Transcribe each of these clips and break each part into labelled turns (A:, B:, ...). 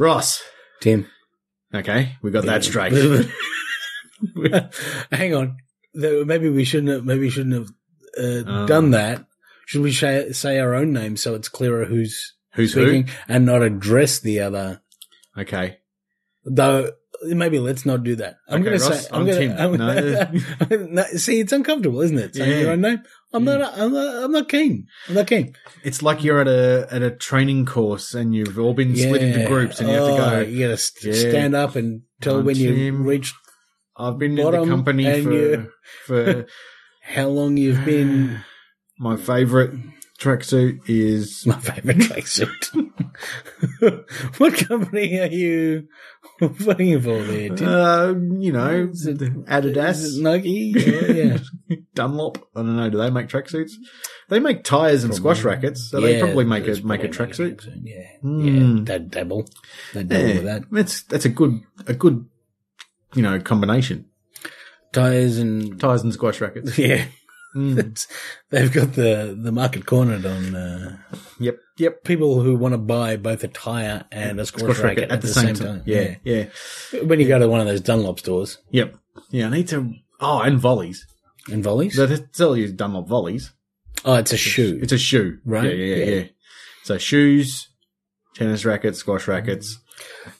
A: Ross.
B: Tim.
A: Okay, we got that straight.
C: Hang on. Though Maybe we shouldn't have, maybe we shouldn't have uh,
A: Oh.
C: done that. Should we say, say our own name so it's clearer who's
A: Who's
C: speaking and not address the other?
A: who? Okay.
C: Though maybe let's not do that. I'm
A: Okay,
C: going to
A: Ross,
C: say I'm,
A: I'm
C: going
A: Tim.
C: to no. see it's uncomfortable, isn't it? Saying
A: Yeah.
C: your own name. I'm not. I'm not. I'm not keen. I'm not keen.
A: It's like you're at a at a training course and you've all been split into
C: Yeah.
A: groups and you have to
C: Oh,
A: go.
C: You got to st-
A: Yeah.
C: stand up and tell
A: I'm
C: when you
A: Tim.
C: reached
A: I've been in the
C: Oh, Bottom
A: company
C: and
A: for
C: you-
A: for
C: how long you've been.
A: my favorite tracksuit is
C: My favorite tracksuit. what company are you putting you for there? Tim?
A: uh, you know
C: Is it- Is it
A: Adidas,
C: Nike? Or- yeah.
A: Dunlop. I don't know. Do they make tracksuits? They make tires and squash rackets, so they
C: Yeah,
A: probably make
C: it's
A: a make a
C: probably
A: tracksuit.
C: Yeah. Yeah.
A: Hmm.
C: They'd dabble. They'd dabble with
A: Yeah,
C: that.
A: that's that's a good a good you know combination.
C: Tires and.
A: Tires and squash rackets.
C: Yeah.
A: Mm.
C: It's- They've got the, the market cornered on uh,
A: Yep, yep.
C: people who want to buy both a tire and a squash, racket, at, the, same, time.
A: Yeah, yeah,
C: Yeah. When you go to one of those Dunlop stores
A: Yep. Yeah, I need to. Oh, and volleys.
C: in volleys.
A: So they sell you Dunlop volleys.
C: oh, it's a shoe.
A: It's a shoe,
C: Right,
A: Yeah, yeah, yeah.
C: yeah.
A: yeah. So shoes, tennis rackets, squash rackets.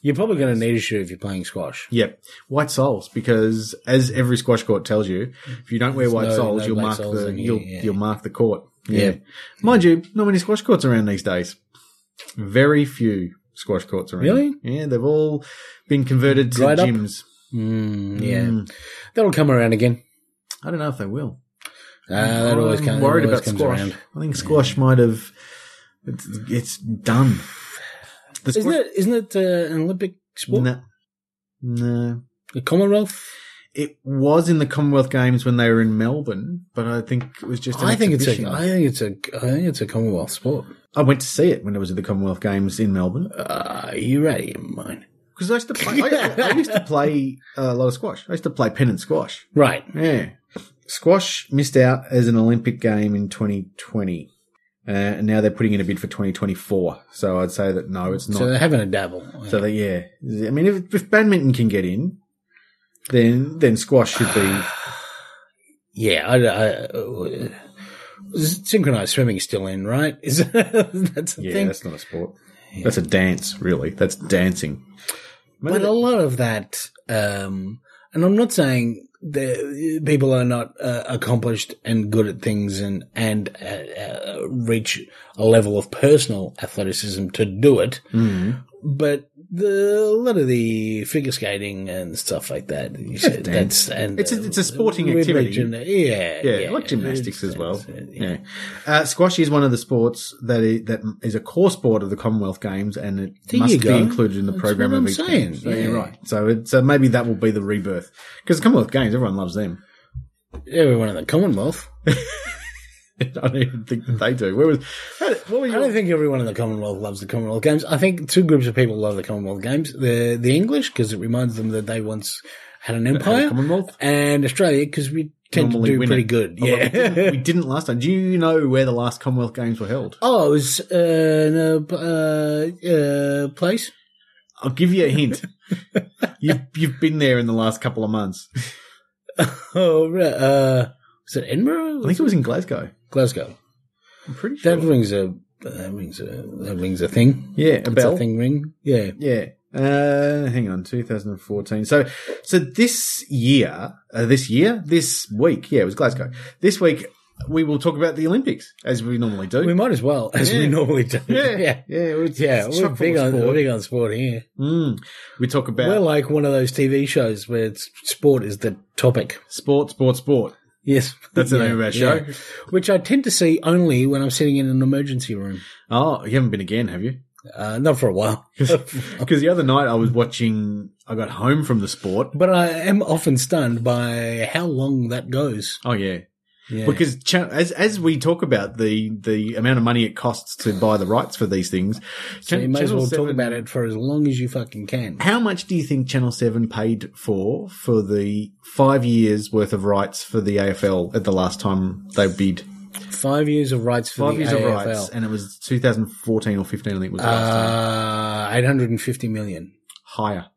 C: You're probably going to need a shoe if you're playing squash.
A: Yep. White soles, because as every squash court tells you, if you don't wear
C: There's
A: white
C: no-
A: soles,
C: no
A: you'll
C: black
A: mark
C: soles
A: the
C: in here,
A: you'll
C: yeah.
A: you'll mark the court.
C: Yeah.
A: Mind you, not many squash courts around these days. Very few squash courts around.
C: Really?
A: Yeah, they've all been converted to
C: Dried up?
A: gyms.
C: Mm, yeah,
A: Mm.
C: that'll come around again.
A: I don't know if they will.
C: Uh, that always
A: I'm
C: comes. that
A: worried
C: always
A: about
C: comes
A: squash.
C: around.
A: I think squash might have. It's, it's done. The
C: Isn't
A: squash-
C: it? Isn't it uh, an Olympic sport?
A: No. No.
C: The Commonwealth.
A: It was in the Commonwealth Games when they were in Melbourne, but I think it was just. An
C: I think it's a.
A: exhibition.
C: I think it's a. I think it's a Commonwealth sport.
A: I went to see it when it was at the Commonwealth Games in Melbourne
C: Uh, you're out of your mind.
A: because I used to play. I, I used to play uh, a lot of squash. I used to play pin and squash.
C: Right.
A: Yeah, squash missed out as an Olympic game in 2020, uh, and now they're putting in a bid for 2024. So I'd say that no, it's not.
C: So they're having a dabble.
A: So that yeah, I mean, if, if badminton can get in, then then squash should be.
C: yeah. I, I, uh, synchronized swimming's still in, right? Is that's the
A: Yeah,
C: thing.
A: that's not a sport. That's a dance, really. That's dancing. Maybe
C: but
A: that-
C: a lot of that, um, and I'm not saying that people are not uh, accomplished and good at things and and uh, uh, reach a level of personal athleticism to do it,
A: Mm.
C: but the, a lot of the figure skating and stuff like that, you said, that's and
A: It's a- it's a sporting
C: uh,
A: activity.
C: religion, yeah,
A: Yeah, like gymnastics
C: it's-
A: as well.
C: it's-
A: yeah, Uh, squash is one of the sports that is, that is a core sport of the Commonwealth Games, and it
C: There
A: must
C: you
A: be
C: go.
A: included in the
C: That's
A: program
C: what
A: of
C: I'm
A: each
C: saying.
A: game. So
C: Yeah.
A: you're right. So it, so maybe that will be the rebirth because Commonwealth Games, everyone loves them.
C: Everyone in the Commonwealth.
A: I don't even think that they do. Where was what were
C: I don't
A: you?
C: think everyone in the Commonwealth loves the Commonwealth Games. I think two groups of people love the Commonwealth Games: the the English because it reminds them that they once had an empire,
A: Commonwealth.
C: and Australia because we tend
A: Normally
C: to do
A: win
C: pretty
A: it.
C: good.
A: Although we, didn't, we
C: Yeah.
A: didn't last time. Do you know where the last Commonwealth Games were held?
C: Oh, it was uh, no, uh, uh, place.
A: I'll give you a hint. you've you've been there in the last couple of months.
C: Oh, right. Uh, was it Edinburgh?
A: I think it was in Glasgow.
C: Glasgow.
A: I'm pretty sure.
C: That rings a that rings a that rings a thing.
A: yeah, a
C: It's
A: bell.
C: a thing ring. Yeah.
A: Yeah. Uh, hang on, 2014. So, so this year, uh, this year, this week, yeah, it was Glasgow. This week, we will talk about the Olympics as we normally do.
C: We might as well as we
A: Yeah.
C: normally do.
A: yeah, yeah,
C: yeah.
A: it's,
C: Yeah,
A: it's
C: we're
A: chock full
C: big
A: of
C: on we're
A: sport.
C: big on sport here.
A: Mm. We talk about
C: We're like one of those TV shows where it's, sport is the topic.
A: sport, sport, sport.
C: Yes,
A: That's the
C: Yeah,
A: name of our show.
C: yeah. Which I tend to see only when I'm sitting in an emergency room.
A: Oh, you haven't been again, have you?
C: Uh, not for a while,
A: Because the other night I was watching, I got home from the sport.
C: but I am often stunned by how long that goes.
A: Oh yeah,
C: Yeah.
A: Because cha- as as we talk about the the amount of money it costs to buy the rights for these things,
C: so you may as well talk
A: 7
C: about it for as long as you fucking can.
A: How much do you think Channel Seven paid for for the five years worth of rights for the AFL at the last time they bid?
C: five years of rights for
A: Five
C: the
A: years
C: AFL.
A: of rights, and it was 2014 or 15, I think was the last time.
C: uh, 850 million.
A: Higher.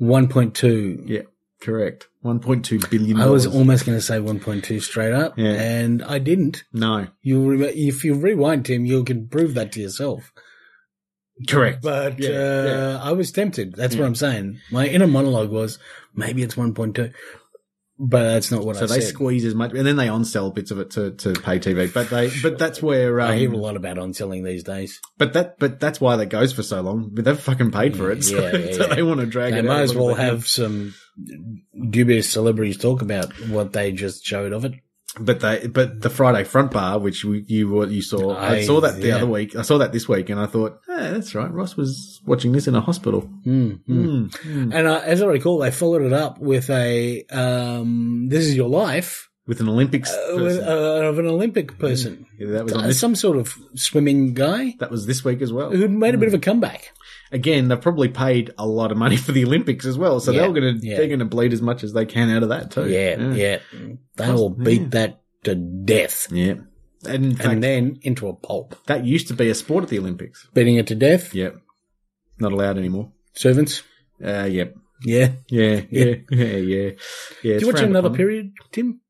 C: 1.2.
A: Yeah, correct. 1.2 billion.
C: I was
A: dollars.
C: almost going to say 1.2 straight up,
A: Yeah.
C: and I didn't.
A: no,
C: You, re- if you rewind, Tim, you can prove that to yourself.
A: correct.
C: But
A: Yeah,
C: uh,
A: yeah.
C: I was tempted. That's
A: Yeah.
C: what I'm saying. My inner monologue was maybe it's 1.2, but that's not what
A: so
C: I
A: they
C: said.
A: squeeze as much, and then they on sell bits of it to, to pay TV. But they, but that's where,
C: I hear a
A: um,
C: lot about on selling these days.
A: but that, but that's why that goes for so long. But they've fucking paid for it, so,
C: Yeah, yeah,
A: so
C: yeah.
A: they want to drag
C: They
A: it. out
C: might as
A: long
C: well
A: they can.
C: have some dubious celebrities talk about what they just showed of it.
A: But they, but the Friday front bar, which we, you you saw, I,
C: I-
A: saw that the
C: yeah.
A: other week. I saw that this week, and I thought, eh, that's right. Ross was watching this in a hospital.
C: Mm, mm.
A: Mm. Mm.
C: And uh, as I recall, they followed it up with a um, "This Is Your Life"
A: with an Olympics
C: uh, with,
A: person. Hmm.
C: uh, of an Olympic person,
A: Yeah, that was on
C: Uh,
A: this.
C: some sort of swimming guy
A: That was this week as well.
C: who made a bit of a comeback.
A: Again, they've probably paid a lot of money for the Olympics as well, so
C: Yeah,
A: they're gonna
C: yeah.
A: they're gonna bleed as much as they can out of that too.
C: Oh, Yeah, yeah, they will beat that to death,
A: yeah. And in fact,
C: and then into a pulp,
A: that used to be a sport at the Olympics.
C: beating it to death.
A: Yep, not allowed anymore.
C: Servants,
A: Uh, yep.
C: yeah.
A: Yeah, yeah, yeah, yeah. yeah
C: Do you watch another period, Tim?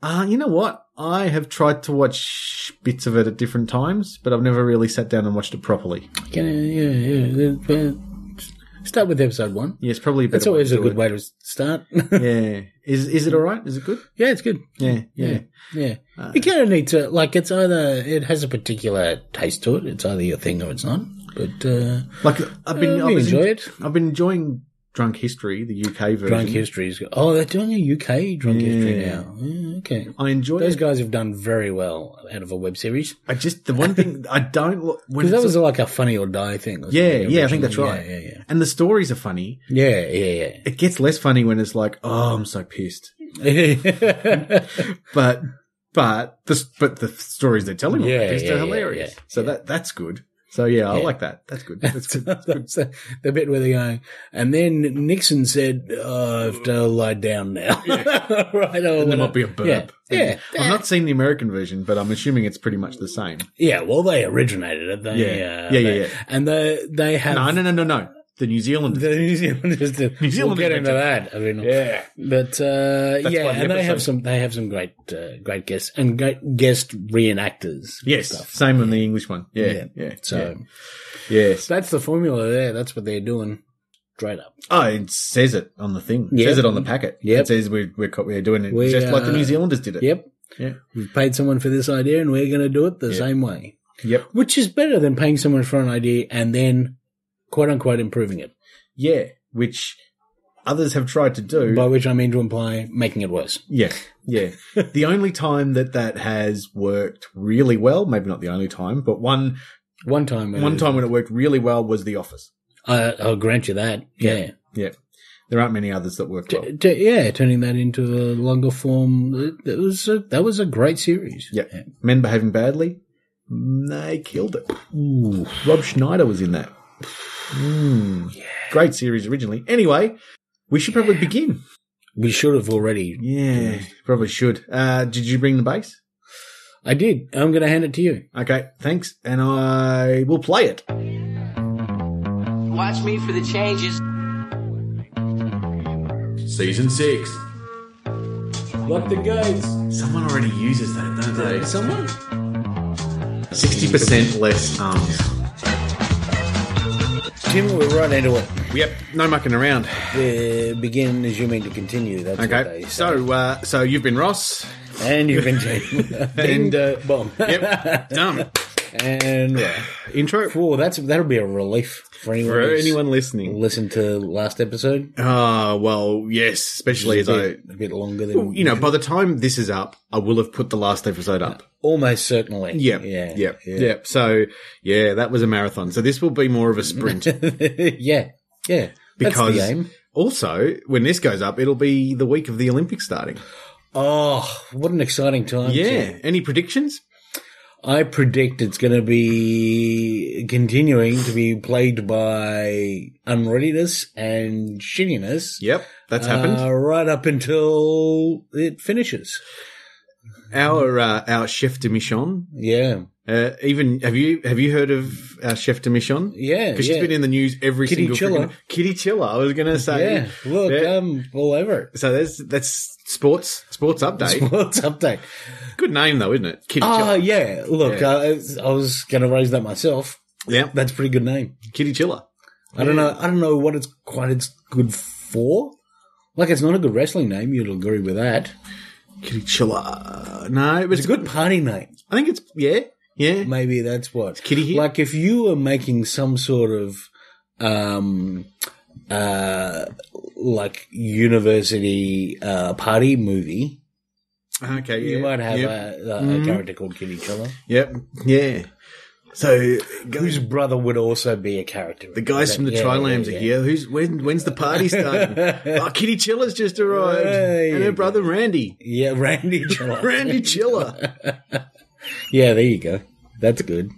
A: Uh, you know what? I have tried to watch bits of it at different times, but I've never really sat down and watched it properly.
C: Yeah, yeah, yeah. Uh, Start with episode one.
A: Yes, probably. A better
C: That's always
A: way
C: a
A: to
C: good
A: do
C: way to start.
A: it. Yeah. Is is it all right? Is it good?
C: yeah, it's good.
A: Yeah, yeah.
C: Yeah, yeah.
A: Uh,
C: you kind of need to like. It's either it has a particular taste to it. It's either your thing or it's not. But uh,
A: Like I've been, I've
C: Uh, we
A: been
C: enjoy it.
A: I've been enjoying Drunk History, the UK version.
C: drunk history is. Oh, they're doing a UK drunk history
A: Yeah.
C: now. Yeah, okay,
A: I enjoy
C: those
A: it.
C: guys have done very well out of a web series
A: I just the one thing I don't lo- when
C: because that
A: it's-
C: was like a funny or die thing. wasn't
A: Yeah,
C: it,
A: yeah, I think that's
C: originally?
A: right.
C: Yeah,
A: and the stories are funny.
C: yeah, yeah,
A: It gets less funny when it's like, oh, I'm so pissed.
C: yeah, yeah, yeah.
A: But but the but the stories they're telling me
C: Yeah,
A: are pissed
C: yeah,
A: are
C: yeah,
A: hilarious.
C: yeah,
A: so
C: yeah.
A: that that's good. So yeah, I
C: Yeah.
A: like that. That's good. That's good. That's good.
C: That's the, the bit where they go, and then Nixon said, oh, "I have to lie down now." right, or
A: And there
C: whatever.
A: might be a burp.
C: Yeah, yeah.
A: I've not seen the American version, but I'm assuming it's pretty much the same.
C: Yeah, well, they originated it. They,
A: Yeah.
C: uh,
A: Yeah, yeah,
C: they-
A: yeah.
C: And they they have
A: No, no, no, no, no. The New Zealand.
C: the New Zealanders. Do,
A: New Zealanders
C: we'll get into
A: mentioned.
C: that. I mean,
A: yeah.
C: but uh,
A: That's
C: yeah,
A: why the
C: and they have
A: episode-
C: some they have some great uh, great guests and great guest reenactors.
A: Yes. Same on the English one. Yeah. Yeah.
C: Yeah. So
A: yeah. yes.
C: that's the formula there. That's what they're doing straight up.
A: Oh, it says it on the thing. It
C: Yeah.
A: Says it on the packet. Yeah,
C: Yep.
A: It says we're, we're, co- we're doing it
C: We,
A: just like the
C: uh,
A: New Zealanders did it.
C: Yep.
A: Yeah.
C: We've paid someone for this idea, and we're going to do it the
A: Yeah.
C: same way,
A: Yep.
C: which is better than paying someone for an idea and then quote unquote improving it.
A: Yeah. Which others have tried to do.
C: By which I mean to imply making it worse.
A: yeah. Yeah. the only time that that has worked really well, maybe not the only time, but one,
C: One time, when
A: one
C: it-
A: time when it worked really well was The Office.
C: I, I'll grant you that.
A: Yeah.
C: Yeah.
A: Yeah. There aren't many others that worked well.
C: T- t- yeah, turning that into a longer form. That was a, that was a great series.
A: Yep. Men behaving badly. They killed it.
C: Ooh.
A: Rob Schneider was in that. Mm. Great series originally. Anyway, we should probably begin.
C: We should have already.
A: Yeah, probably should. Uh, did you bring the bass?
C: I did. I'm going to hand it to you.
A: Okay, thanks. And I will play it.
B: Watch me for the changes.
D: Season 6.
C: Lock the gates.
A: Someone already uses that, don't they?
C: Someone?
A: 60% less um, arms.
C: Tim, we're right into it.
A: Yep, no mucking around.
C: We begin as you mean to continue. That's what
A: Okay,
C: they say.
A: so uh, so you've been Ross.
C: and you've been Tim. and uh, bomb.
A: Yep, done.
C: and uh,
A: Intro
C: whoa, that's that'll be a relief for anyone.
A: for
C: who's
A: anyone listening.
C: Listen to last episode.
A: Ah, well, yes, especially as
C: a,
A: I,
C: bit, a bit longer than
A: you know, by the time this is up, I will have put the last episode up.
C: almost certainly.
A: Yep.
C: yeah,
A: Yep. Yep. So, yeah, that was a marathon. So this will be more of a sprint.
C: yeah, yeah.
A: Because-
C: That's the aim.
A: also, when this goes up, it'll be the week of the Olympics starting.
C: Oh, what an exciting time!
A: Yeah.
C: too.
A: Any predictions?
C: I predict it's going to be continuing to be plagued by unreadiness and shittiness.
A: Yep. That's happened.
C: uh, right up until it finishes.
A: our uh, our chef de mission.
C: Yeah.
A: Uh, even have you have you heard of our chef de mission?
C: Yeah.
A: Because
C: yeah.
A: she's been in the news every
C: Kitty
A: single
C: Chiller.
A: friggin- Kitty Chiller. I was gonna say.
C: yeah. Look, uh,
A: Yeah.
C: I'm all over it.
A: So that's that's sports sports update.
C: Sports update.
A: Good name though, isn't it? Kitty
C: Oh,
A: Chiller.
C: yeah. Look,
A: Yeah.
C: I, I was going to raise that myself.
A: Yeah,
C: That's a pretty good name.
A: Kitty Chiller.
C: I don't know. I don't know what it's quite it's good for. Like, it's not a good wrestling name. You'll agree with that.
A: Kitty Chiller. No, but
C: It's a good party name.
A: I think it's yeah, yeah.
C: Maybe that's what.
A: Kitty here.
C: Like, if you were making some sort of, um, uh, like university uh, party movie,
A: okay, yeah. Mm-hmm.
C: you might have
A: yep.
C: a, a, a character called Kitty Chiller,
A: Yep. Yeah. So go-
C: whose brother would also be a character.
A: the guys from the
C: Yeah,
A: Trilams
C: yeah,
A: are
C: yeah.
A: here. Who's when? When's the party starting? oh, Kitty Chiller's just arrived,
C: Hey.
A: and her brother Randy.
C: Yeah, Randy Chiller.
A: Randy Chiller.
C: Yeah, there you go. That's good.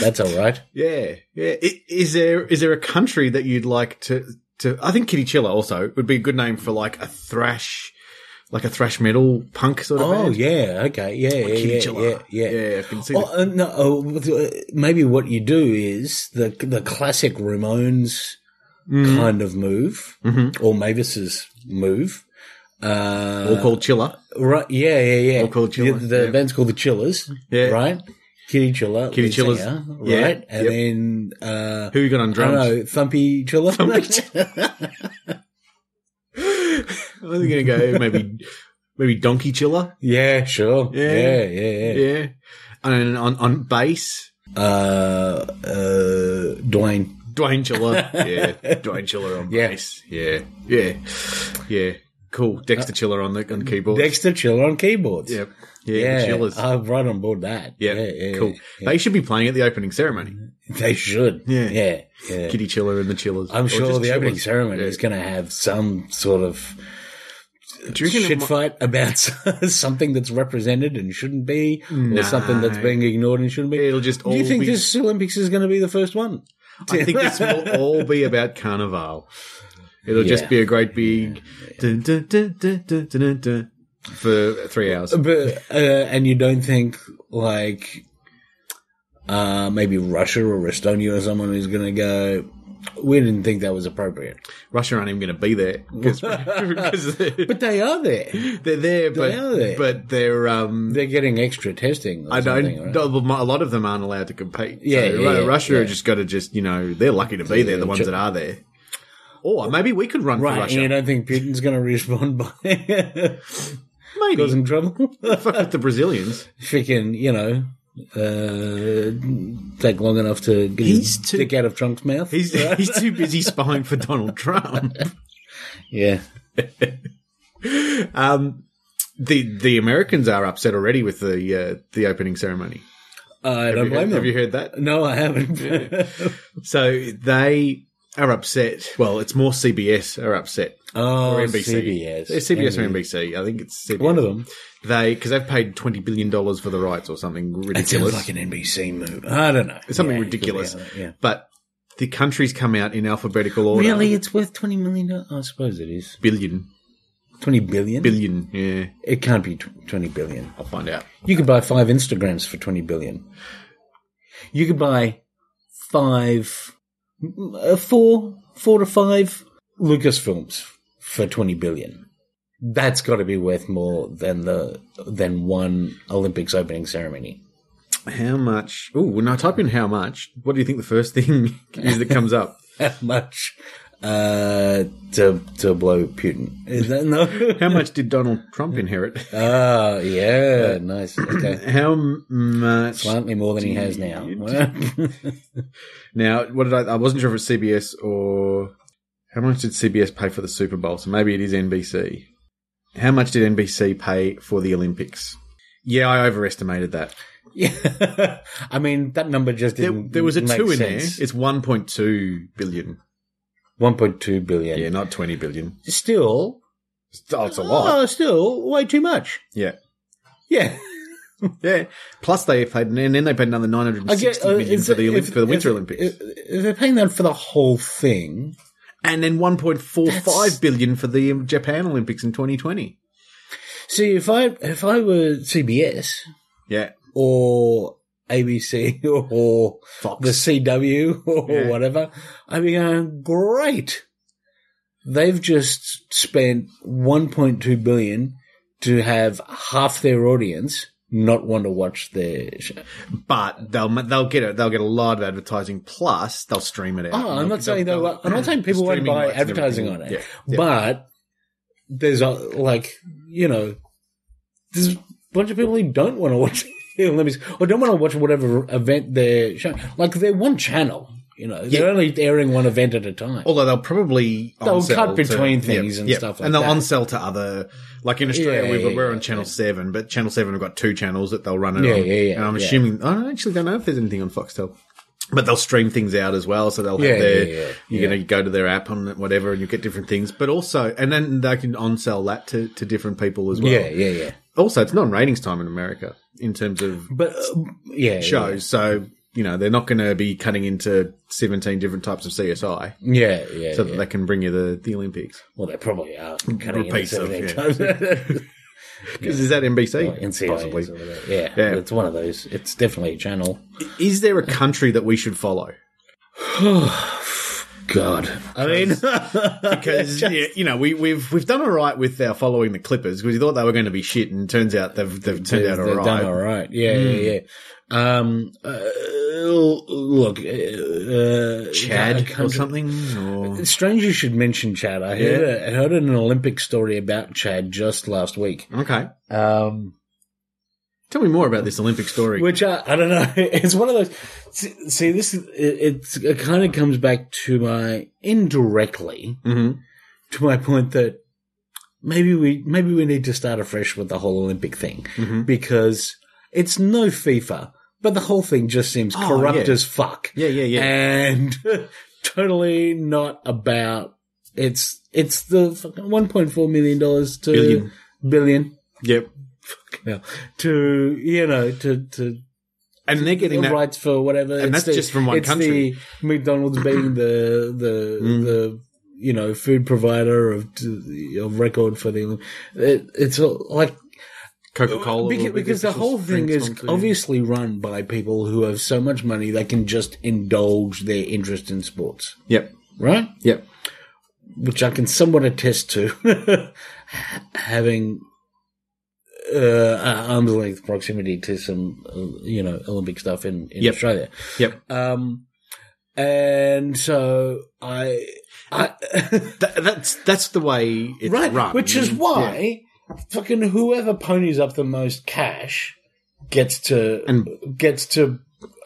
C: That's all right.
A: yeah, yeah. I- Is there is there a country that you'd like to to? I think Kitty Chiller also would be a good name for like a thrash, like a thrash metal punk sort of.
C: Oh
A: band.
C: yeah, okay, yeah, yeah,
A: Kitty
C: yeah,
A: Chiller.
C: yeah, yeah.
A: I can see. that.
C: Oh, uh, no, oh, maybe what you do is the the classic Ramones
A: Mm.
C: kind of move,
A: Mm-hmm.
C: or Mavis's move. Uh,
A: All called Chiller.
C: right, yeah, yeah, yeah.
A: All called Chiller,
C: The, the
A: yeah.
C: band's called the Chillers,
A: Yeah.
C: right? Kitty Chiller,
A: Kitty
C: lead
A: Chillers,
C: singer, right?
A: yeah,
C: And
A: yep.
C: then uh,
A: Who you got on
C: I don't
A: drums?
C: know, Thumpy Chiller.
A: I was gonna go maybe maybe Donkey Chiller.
C: yeah, sure.
A: Yeah.
C: yeah, yeah. yeah.
A: Yeah. And on on bass,
C: uh, uh, Dwayne.
A: Dwayne Chiller. Yeah. Dwayne Chiller on
C: Yeah.
A: bass. Yeah. Yeah. Yeah. Cool. Dexter Chiller on the on keyboard.
C: Dexter Chiller on keyboards.
A: Yep. Yeah, the Chillers.
C: I'm right on board that.
A: yeah. cool.
C: yeah.
A: They should be playing at the opening ceremony.
C: They should.
A: Yeah.
C: Yeah. yeah.
A: Kitty Chiller and the Chillers.
C: I'm
A: Or
C: sure the
A: just
C: opening
A: Chillers.
C: ceremony
A: Yeah.
C: is going to have some sort of
A: Do you reckon it
C: shit
A: mi-
C: fight about something that's represented and shouldn't be,
A: No.
C: or something that's being ignored and shouldn't be.
A: It'll just all
C: Do you think
A: be,
C: this Olympics is going to be the first one?
A: I think this will all be about Carnival. It'll just
C: Yeah.
A: be a great big dun, dun, dun, dun, dun, dun, dun, dun, for three hours.
C: But uh, and you don't think like uh, maybe Russia or Estonia or someone is going to go. We didn't think that was appropriate,
A: Russia aren't even going to be there because
C: but they are there.
A: they're there, but
C: are there.
A: but they're um.
C: They're getting extra testing. Or
A: I
C: something,
A: don't.
C: right?
A: no, well, mo- A lot of them aren't allowed to compete.
C: Yeah,
A: so,
C: yeah,
A: Ru-
C: yeah,
A: Russia
C: yeah.
A: just got to just you know they're lucky to be there. The ones
C: ju-
A: that are there. Or maybe we could run for
C: Right,
A: Russia.
C: and you don't think Putin's going to respond by
A: maybe
C: causing trouble?
A: fuck with the Brazilians.
C: Freaking, you know, uh, take long enough to get his
A: He's too-
C: dick out of Trump's mouth.
A: He's he's too busy spying for Donald Trump.
C: yeah,
A: Um, the the Americans are upset already with the uh, the opening ceremony.
C: Uh, I
A: Have
C: don't
A: you heard-
C: blame
A: Have you
C: them.
A: heard that?
C: No, I haven't.
A: So they are upset. Well, it's more CBS are upset.
C: oh,
A: Or NBC.
C: CBS,
A: It's CBS or NBC. I think it's CBS.
C: One of them.
A: They because they've paid twenty billion dollars for the rights or something
C: It sounds
A: ridiculous.
C: like an NBC move. I don't know.
A: It's something
C: Yeah,
A: ridiculous.
C: it could be, uh, yeah.
A: But the countries come out in alphabetical order.
C: Really, it's worth twenty million. dollars? I suppose it is
A: Billion,
C: twenty billion.
A: billion. Yeah,
C: It can't be tw- twenty billion.
A: I'll find out.
C: You could buy five Instagrams for twenty billion. You could buy five, m- uh, four, four to five Lucasfilms for twenty billion. That's got to be worth more than the than one Olympics opening ceremony.
A: How much? Oh, when I type in how much, what do you think the first thing is that comes up?
C: How much uh, to to blow Putin? Is that no?
A: How much did Donald Trump inherit?
C: Oh, yeah, nice. Okay.
A: How m- much?
C: Slightly more than he has now.
A: Now, what did I? I wasn't sure if it's CBS or how much did CBS pay for the Super Bowl? So maybe it is NBC. How much did NBC pay for the Olympics? Yeah, I overestimated that.
C: yeah. I mean, that number just
A: There,
C: didn't.
A: there was a
C: make
A: two in
C: sense.
A: there. It's one point two billion.
C: 1.2 billion.
A: Yeah, not twenty billion.
C: Still.
A: Oh, it's a lot.
C: Oh, still way too much.
A: Yeah,
C: Yeah.
A: yeah. Plus they paid, and then they paid another nine hundred
C: I uh,
A: and
C: guess
A: sixty million for the Olymp- for the Winter Olympics,
C: If, if they're paying that for the whole thing,
A: and then one point four
C: That's-
A: five billion for the Japan Olympics in twenty twenty.
C: See, if I if I were CBS
A: Yeah.
C: or ABC or
A: Fox.
C: the CW or
A: Yeah.
C: whatever, I'd be going great. They've just spent 1.2 billion to have half their audience not want to watch their show.
A: but they'll they'll get it. They'll get a lot of advertising. Plus, they'll stream it out.
C: Oh, I'm
A: They'll-
C: not saying
A: they'll-
C: though. I'm not saying people won't
A: streaming
C: buy
A: rights and
C: advertising on
A: everything.
C: it,
A: Yeah. Yeah.
C: but there's a like you know, there's a bunch of people who don't want to watch the Olympics or don't want to watch whatever event they're showing. Like they're one channel, you know, they're only airing one event at a time.
A: Although they'll probably
C: They'll
A: onsell
C: cut
A: to-
C: between
A: yeah,
C: things and
A: yeah.
C: stuff like
A: and they'll
C: that.
A: onsell to other like in Australia
C: Yeah,
A: we
C: yeah,
A: we're, we're
C: yeah,
A: on Channel Seven, but Channel Seven have got two channels that they'll run it
C: Yeah,
A: on.
C: yeah, yeah,
A: And I'm
C: yeah.
A: assuming I don't- actually don't know if there's anything on Foxtel, but they'll stream things out as well. So they'll have
C: Yeah, yeah,
A: their
C: yeah,
A: you're going to go to their app on it, whatever, and you get different things. But also, and then they can onsell that to to different people as well.
C: yeah, yeah, yeah.
A: Also, it's non ratings time in America in terms of
C: But uh,
A: um,
C: yeah,
A: shows. So, you know, they're not going to be cutting into 17 different types of CSI
C: yeah, yeah.
A: so
C: yeah.
A: that they can bring you the, the Olympics.
C: well, they probably are cutting into
A: Repeats of,
C: 17
A: yeah.
C: times.
A: Because is that NBC?
C: In CIAs
A: Possibly.
C: or whatever. Yeah,
A: Yeah.
C: it's one of those. It's definitely a channel.
A: Is there a country that we should follow?
C: God, I mean,
A: Because yeah, you know we, we've we've done all right with our following the Clippers because we thought they were going to be shit and turns out they've they've turned out Hmm. all
C: They've
A: right.
C: done all right. Yeah, yeah, yeah. Um, uh, look, uh, uh, a
A: Chad or
C: country-
A: something. Or...
C: It's strange you should mention Chad. I heard, a, I heard an Olympic story about Chad just last week.
A: Okay,
C: Um,
A: tell me more about this Olympic story.
C: Which I, I don't know. It's one of those. See, see this is- it, it's, it kind of comes back to my indirectly
A: hmm
C: to my point that maybe we maybe we need to start afresh with the whole Olympic thing
A: Mhm.
C: because it's no FIFA, but the whole thing just seems
A: Oh,
C: corrupt
A: yeah.
C: as fuck
A: Yeah, yeah, yeah.
C: and totally not about it's it's the fucking one point four million dollars to
A: Billion.
C: billion
A: yep.
C: yeah, to you know to to
A: And they're getting that.
C: rights for whatever. And
A: that's just from one
C: it's
A: country. Mm.
C: The McDonald's being the the the you know food provider of of record for the. It, it's all like
A: Coca Cola
C: because, because the whole thing is obviously run by people who have so much money they can just indulge their interest in sports,
A: Yep.
C: right?
A: Yep.
C: Which I can somewhat attest to, having. Uh, arm's length proximity to some, uh, you know, Olympic stuff in, in
A: Yep.
C: Australia.
A: Yep.
C: Um, and so I, I
A: Th- that's that's the way it's
C: right,
A: run,
C: which is
A: And- Mm, yeah.
C: why fucking whoever ponies up the most cash gets to
A: And-
C: gets to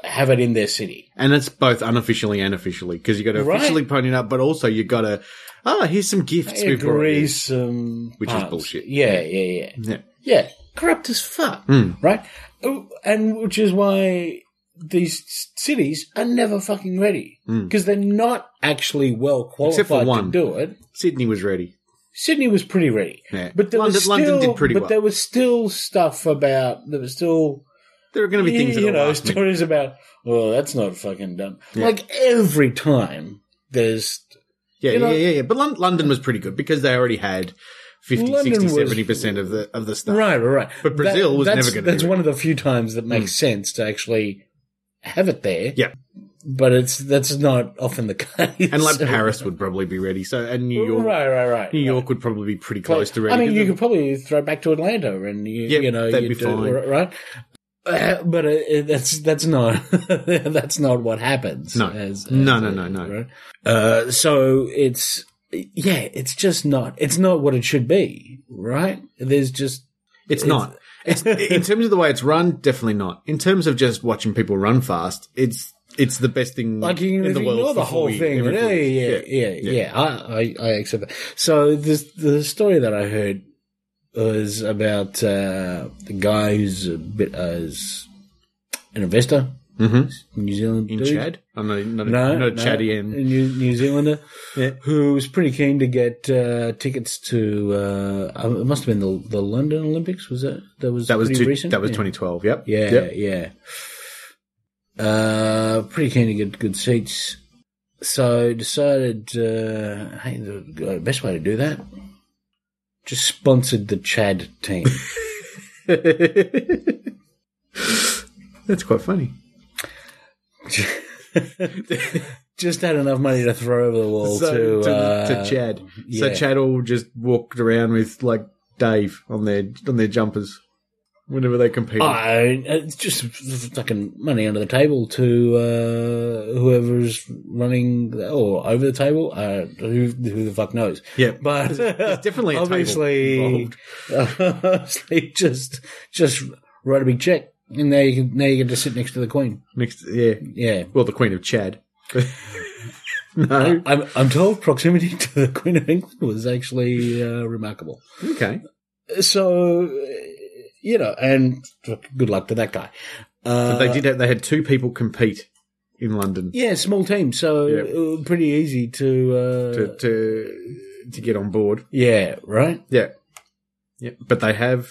C: have it in their city.
A: And it's both unofficially and officially because you got to
C: Right.
A: officially pony it up, but also you got to oh here's some gifts. we brought you.
C: Greece, um,
A: Which is
C: parts.
A: bullshit.
C: Yeah, yeah, yeah,
A: Yeah. Mm.
C: yeah. Corrupt as fuck, right? Oh, And which is why these cities are never fucking ready because they're not actually well
A: Mm. Except for
C: qualified to
A: one.
C: do it.
A: Sydney was ready.
C: Sydney was pretty ready,
A: Yeah.
C: but there
A: London-
C: was still,
A: London did pretty
C: but
A: well.
C: there was still stuff about there was still
A: There are going to be things that
C: you
A: are
C: know
A: last minute.
C: stories about oh that's not fucking done like every time there's
A: yeah,
C: you know-
A: yeah, yeah, yeah. But Lon- London was pretty good because they already had 50,
C: London
A: 60,
C: was-
A: 70 percent of the of the stuff.
C: right right right
A: But Brazil was
C: that's,
A: never gonna be
C: that's
A: ready.
C: one of the few times that makes sense to actually have it there
A: Yeah.
C: but it's that's not often the case
A: And like Paris would probably be ready. So and New York,
C: right right right
A: New
C: right.
A: York would probably be pretty close to ready.
C: I mean, you
A: Because
C: could probably throw it back to Atlanta, and you,
A: Yeah,
C: you know,
A: that'd
C: you
A: be fine.
C: right. Uh, but uh, uh, that's that's not that's not what happens.
A: No. No, no, no, no.
C: right? Uh, so it's yeah, it's just not it's not what it should be, right? There's just
A: It's not. It's, in terms of the way it's run, definitely not. In terms of just watching people run fast, it's it's the best thing
C: like you can
A: in the
C: ignore
A: world.
C: the,
A: for
C: whole
A: four years,
C: thing.
A: every
C: Yeah,
A: four years.
C: yeah, yeah, yeah, I, I, I accept that. So this the story that I heard was about uh, the guy who's a bit uh, is an investor, mm-hmm. New Zealand
A: In
C: dude.
A: Chad? I'm not, not,
C: No,
A: a, not E a
C: no,
A: Chaddy and
C: a New, New Zealander
A: Yeah.
C: who was pretty keen to get uh, tickets to. Uh, uh, it must have been the the London Olympics. Was that that was
A: that was
C: pretty
A: two,
C: recent?
A: that was
C: Yeah.
A: 2012. Yep.
C: Yeah,
A: Yep.
C: yeah. Uh, pretty keen to get good seats. So decided, uh, hey, the the best way to do that just sponsored the Chad team.
A: That's quite funny.
C: just had enough money to throw over the wall
A: So,
C: to,
A: to,
C: uh,
A: to Chad. So
C: yeah.
A: Chad all just walked around with like Dave on their on their jumpers whenever they competed.
C: I it's just fucking money under the table to uh, whoever's running or over the table. Uh, who, who the fuck knows?
A: yeah,
C: But
A: There's definitely a table
C: obviously,
A: involved.
C: obviously, just just write a big check, and there you can now you can just sit next to the queen.
A: next, yeah.
C: Yeah,
A: Well, the Queen of Chad. no,
C: I'm I'm told proximity to the Queen of England was actually uh, remarkable.
A: okay.
C: So uh, you know, and good luck to that guy. Uh,
A: But they did. Have, they had two people compete in London
C: Yeah, small team, so
A: Yeah.
C: it was pretty easy to. Uh,
A: to, to to get on board.
C: yeah, right.
A: Yeah, yeah. But they have.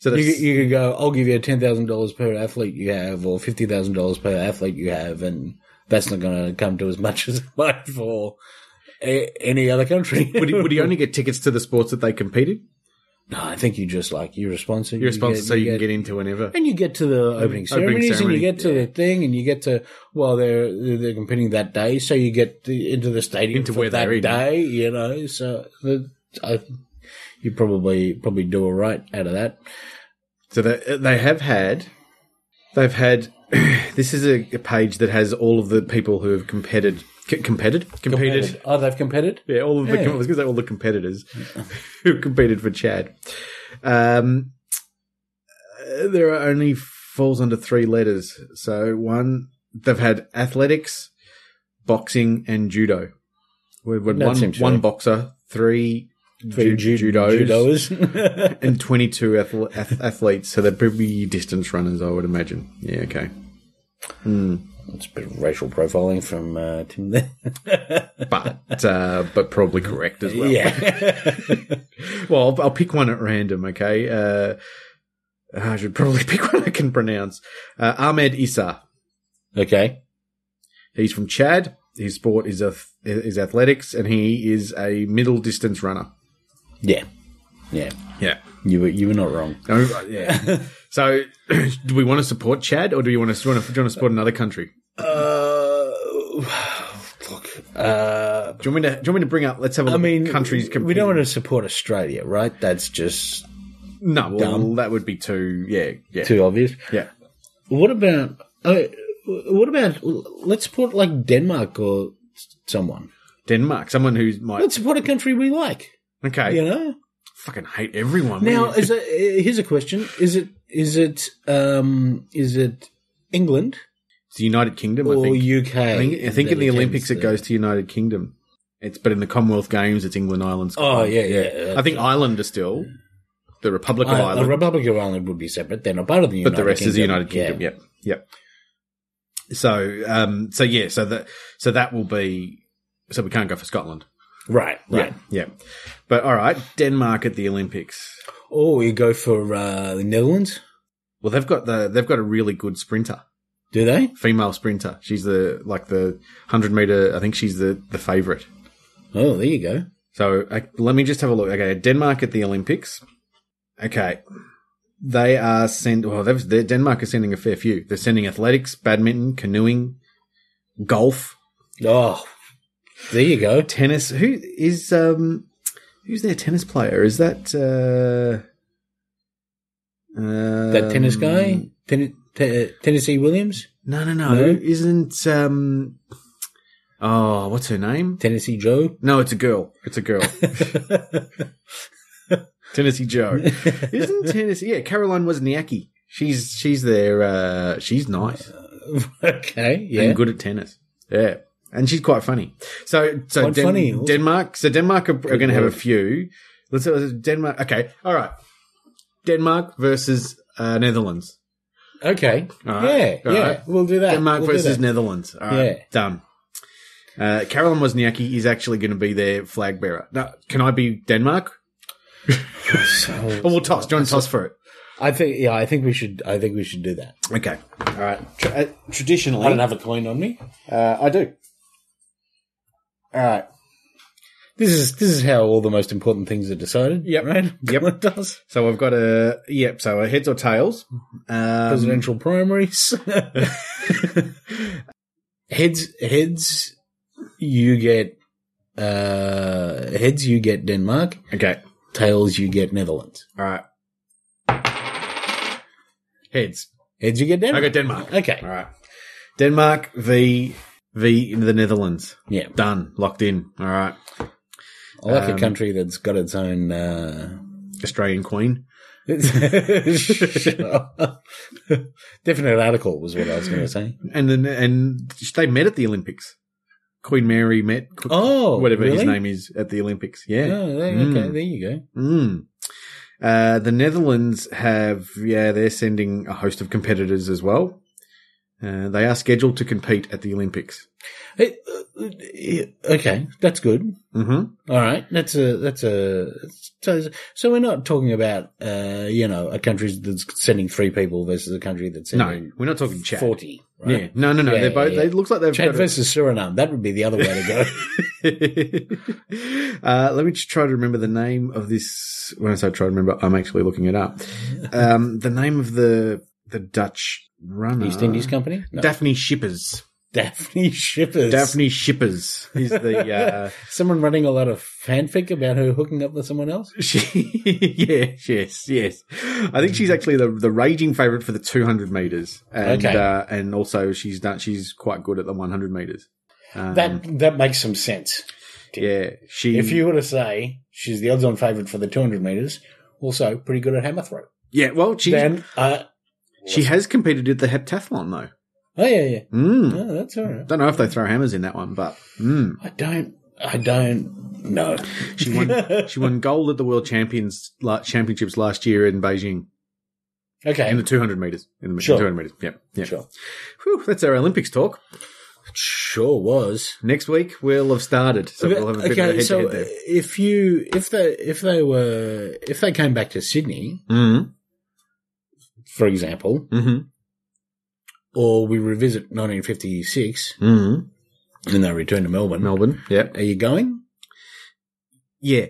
A: So
C: You,
A: that's,
C: could- you could go. I'll give you ten thousand dollars per athlete you have, or fifty thousand dollars per athlete you have, and that's not going to come to as much as it might for a, any other country.
A: would, he, would he only get tickets to the sports that they competed?
C: no, I think you just like you're a sponsor.
A: You're a sponsor,
C: get-
A: so you can get into whenever.
C: And you get to the opening ceremonies,
A: ceremony,
C: and you get to the thing, and you get to well, they're they're competing that day, so you get the, into the stadium
A: Into
C: for
A: where
C: that
A: they're in.
C: day, you know. So the, I, you probably probably do all right out of that.
A: So they they have had, they've had. this is a, a page that has all of the people who have competed, c- competed, competed,
C: Oh, they've competed.
A: Yeah, all of the
C: Yeah.
A: I was going to say all the competitors who competed for Chad. Um, uh, there are only falls under three letters. So one they've had athletics, boxing, and judo. We've had
C: That
A: one
C: seems
A: one
C: fair.
A: boxer, three,
C: Three
A: ju-
C: ju-
A: judos,
C: judoers.
A: and twenty two athle- ath- athletes. So they're probably distance runners, I would imagine. Yeah, okay.
C: That's a bit of racial profiling from uh, Tim there.
A: But uh, but probably correct as well.
C: yeah.
A: Well, I'll, I'll pick one at random, okay? Uh, I should probably pick one I can pronounce. Uh, Ahmed Issa.
C: okay.
A: He's from Chad. His sport is ath- is athletics, and he is a middle distance runner.
C: Yeah. Yeah.
A: Yeah.
C: You were you were not wrong.
A: Oh, yeah. so, do we want to support Chad, or do you want to do you want to, do you want to support another country?
C: Uh, look. Uh,
A: Do you want me to do you want me to bring up? Let's have a look
C: I mean,
A: at countries.
C: We don't want to support Australia, right? That's just
A: No, well, that would be too. Yeah, yeah,
C: too obvious.
A: yeah.
C: What about? Uh, what about? Let's support like Denmark or someone.
A: Denmark, someone who's might.
C: Let's support a country we like.
A: okay,
C: You know.
A: fucking hate everyone.
C: Now,
A: What
C: is it, uh, here's a question: Is it is it um is it England
A: it's the United Kingdom, I
C: or
A: think.
C: UK?
A: I think, I think in
C: that
A: the
C: attends
A: Olympics it
C: the-
A: goes to United Kingdom. It's but in the Commonwealth Games it's England, Ireland.
C: Oh
A: Scotland.
C: yeah, yeah.
A: I think Ireland is still the Republic of
C: Uh, the
A: Ireland,
C: Republic of Ireland would be separate. They're not part of the
A: but
C: United
A: the rest is the United Kingdom.
C: Yeah.
A: Yep, yep. So, um, so yeah, so that so that will be so we can't go for Scotland.
C: Right, right.
A: Yeah, yeah. But all right, Denmark at the Olympics.
C: Or you go for uh, the Netherlands,
A: Well, they've got the they've got a really good sprinter,
C: do they?
A: female sprinter. She's the like the hundred meter. I think she's the the favorite.
C: Oh, there you go.
A: So uh, let me just have a look. Okay, Denmark at the Olympics. Okay, they are send. Well, they've, they're- Denmark is sending a fair few. They're sending athletics, badminton, canoeing, golf,
C: Oh, there you go.
A: tennis. Who is um? Who's their tennis player? Is that uh?
C: That tennis
A: um,
C: guy, Ten- Te- Tennessee Williams,
A: No, no, no.
C: No?
A: Isn't um? Oh, what's her name?
C: Tennessee Joe.
A: No, it's a girl. It's a girl. Tennessee Joe. Isn't Tennessee? Yeah, Caroline Wozniacki. She's she's there. Uh, she's nice
C: okay, yeah.
A: and good at tennis. Yeah, and she's quite funny. So so
C: Quite funny.
A: Denmark. So Denmark are, going to have a
C: word.
A: few. Let's let's- Denmark. Okay, all right. Denmark versus uh, Netherlands.
C: Okay,
A: All
C: yeah,
A: right, all
C: yeah.
A: right.
C: We'll do that.
A: Denmark
C: We'll do
A: versus
C: that.
A: Netherlands. All right,
C: Yeah.
A: done. Uh, Caroline Wozniacki is actually going to be their flag bearer. Now, can I be Denmark?
C: So-
A: Oh, we'll toss. John, toss for it.
C: I think, yeah, I think we should. I think we should do that.
A: Okay. All right. Tra- uh, traditionally,
C: I don't have a coin on me.
A: Uh, I do. All right.
C: This is this is how all the most important things are decided.
A: Yep.
C: Right.
A: Yep.
C: It does.
A: So I've got a yep. So a heads or tails. Um,
C: Presidential primaries. heads heads you get uh heads you get Denmark,
A: okay.
C: tails you get Netherlands.
A: All right. Heads.
C: Heads you get
A: I
C: Denmark.
A: got Denmark.
C: Okay.
A: All right. Denmark v v the Netherlands.
C: Yeah.
A: Done. Locked in. All right.
C: I like
A: Um,
C: a country that's got its own uh
A: Australian Queen.
C: Shut up. Definite article was what I was going to say.
A: And then and they met at the Olympics. Queen Mary met Qu-
C: Oh,
A: whatever his
C: really?
A: name is at the Olympics.
C: Oh,
A: Yeah.
C: there-
A: Mm.
C: okay, there you go.
A: Mm. Uh, the Netherlands have yeah they're sending a host of competitors as well. Uh, they are scheduled to compete at the Olympics.
C: It- it- uh, okay, that's good.
A: hmm
C: All right, that's a that's a so, so we're not talking about uh you know a country that's sending three people versus a country that's
A: No,
C: sending
A: we're not talking Chad.
C: forty.
A: Yeah,
C: Right?
A: no, no, no.
C: Yeah,
A: they're both.
C: yeah,
A: They look like they've
C: Chad
A: got a-
C: versus Suriname. That would be the other way to go.
A: uh, let me just try to remember the name of this. When I say try to remember, I'm actually looking it up. Um, the name of the the Dutch runner.
C: East Indies Company. No.
A: Daphne Shippers.
C: Daphne Shippers.
A: Daphne Shippers is the uh,
C: Someone running a lot of fanfic about her hooking up with someone else.
A: she. yes, yes, yes. I think she's actually the the raging favorite for the 200 meters, and
C: Okay.
A: uh, and also she's done. She's quite good at the 100 meters. Um,
C: That that makes some sense.
A: yeah, she.
C: If you were to say she's the odds-on favourite for the 200 metres, also pretty good at hammer throw.
A: yeah, well, she
C: Then, uh,
A: she has competed at the heptathlon though.
C: oh yeah, yeah,
A: Mm.
C: no, that's all right.
A: Don't know if they throw hammers in that one, but mm.
C: I don't, I don't know.
A: she won. she won gold at the World Champions la- Championships last year in Beijing in
C: Okay,
A: the 200 meters. In the
C: Sure.
A: 200 meters. Yep. Yep.
C: sure,
A: Whew, that's our Olympics talk.
C: sure was.
A: Next week we'll have started, so we'll have a bit of a
C: okay,
A: head
C: so
A: to head
C: if you if they if they were if they came back to Sydney,
A: there. Mm.
C: for example,
A: Mm-hmm.
C: or we revisit 1956
A: Mm-hmm.
C: and they return to Melbourne,
A: Melbourne. Yep.
C: are you going?
A: Yeah.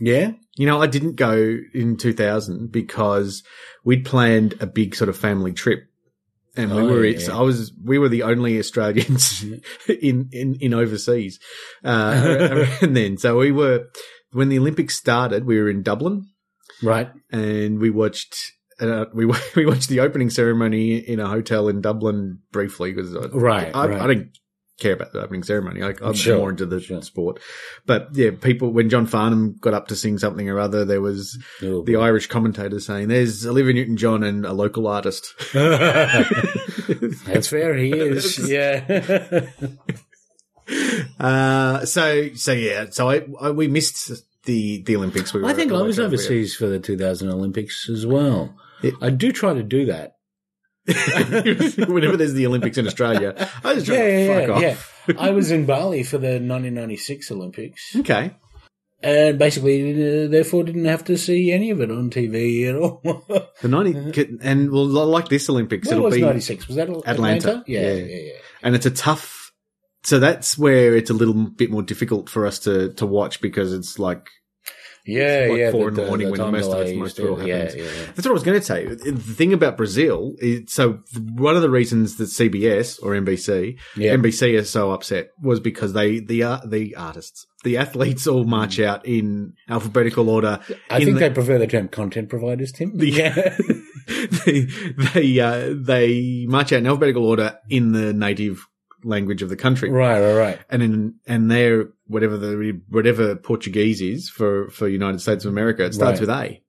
C: Yeah,
A: You know, I didn't go in 2000 because we'd planned a big sort of family trip. And we
C: Oh,
A: were,
C: yeah.
A: so I was, we were the only Australians in, in, in overseas, uh, around then. So we were, when the Olympics started, we were in Dublin
C: right.
A: and we watched, uh, we, wa- we watched the opening ceremony in a hotel in Dublin briefly because I,
C: Right,
A: I,
C: right.
A: I didn't care about the opening ceremony. I, I'm
C: Sure,
A: more into the
C: sure.
A: sport, but yeah, people, when John Farnham got up to sing something or other, there was, the Irish commentator saying, "There's Olivia Newton-John and a local artist."
C: That's fair. He is. yeah.
A: uh, so, so yeah, so I, I we missed the the Olympics. We
C: I think I was
A: we-
C: overseas for the 2000 Olympics as well.
A: Yeah.
C: I do try to do that.
A: Whenever there's the Olympics in Australia, I just try to fuck off.
C: I was in Bali for the 1996 Olympics,
A: Okay,
C: and basically, uh, therefore, didn't have to see any of it on TV at all. what
A: the ninety and well, like this Olympics, it'll
C: Uh, was
A: be
C: 96? Was that Al- Atlanta?
A: Atlanta.
C: Yeah,
A: Yeah.
C: yeah, yeah.
A: and it's a tough. So that's where it's a little bit more difficult for us to to watch because it's like
C: Yeah,
A: like
C: yeah,
A: four in the morning when
C: time
A: most of
C: delay
A: it- most
C: used
A: of it all
C: to- yeah,
A: happens.
C: yeah, yeah.
A: That's what I was going to say. The thing about Brazil is so one of the reasons that CBS or NBC,
C: Yeah.
A: NBC is so upset was because they the ar- the artists, the athletes all march out in alphabetical order.
C: I
A: in
C: think
A: the-
C: they prefer the term content providers, Tim.
A: yeah. they they, uh, they march out in alphabetical order in the native language of the country.
C: right, right, right.
A: And in and there whatever the whatever Portuguese is for for United States of America, it starts
C: Right.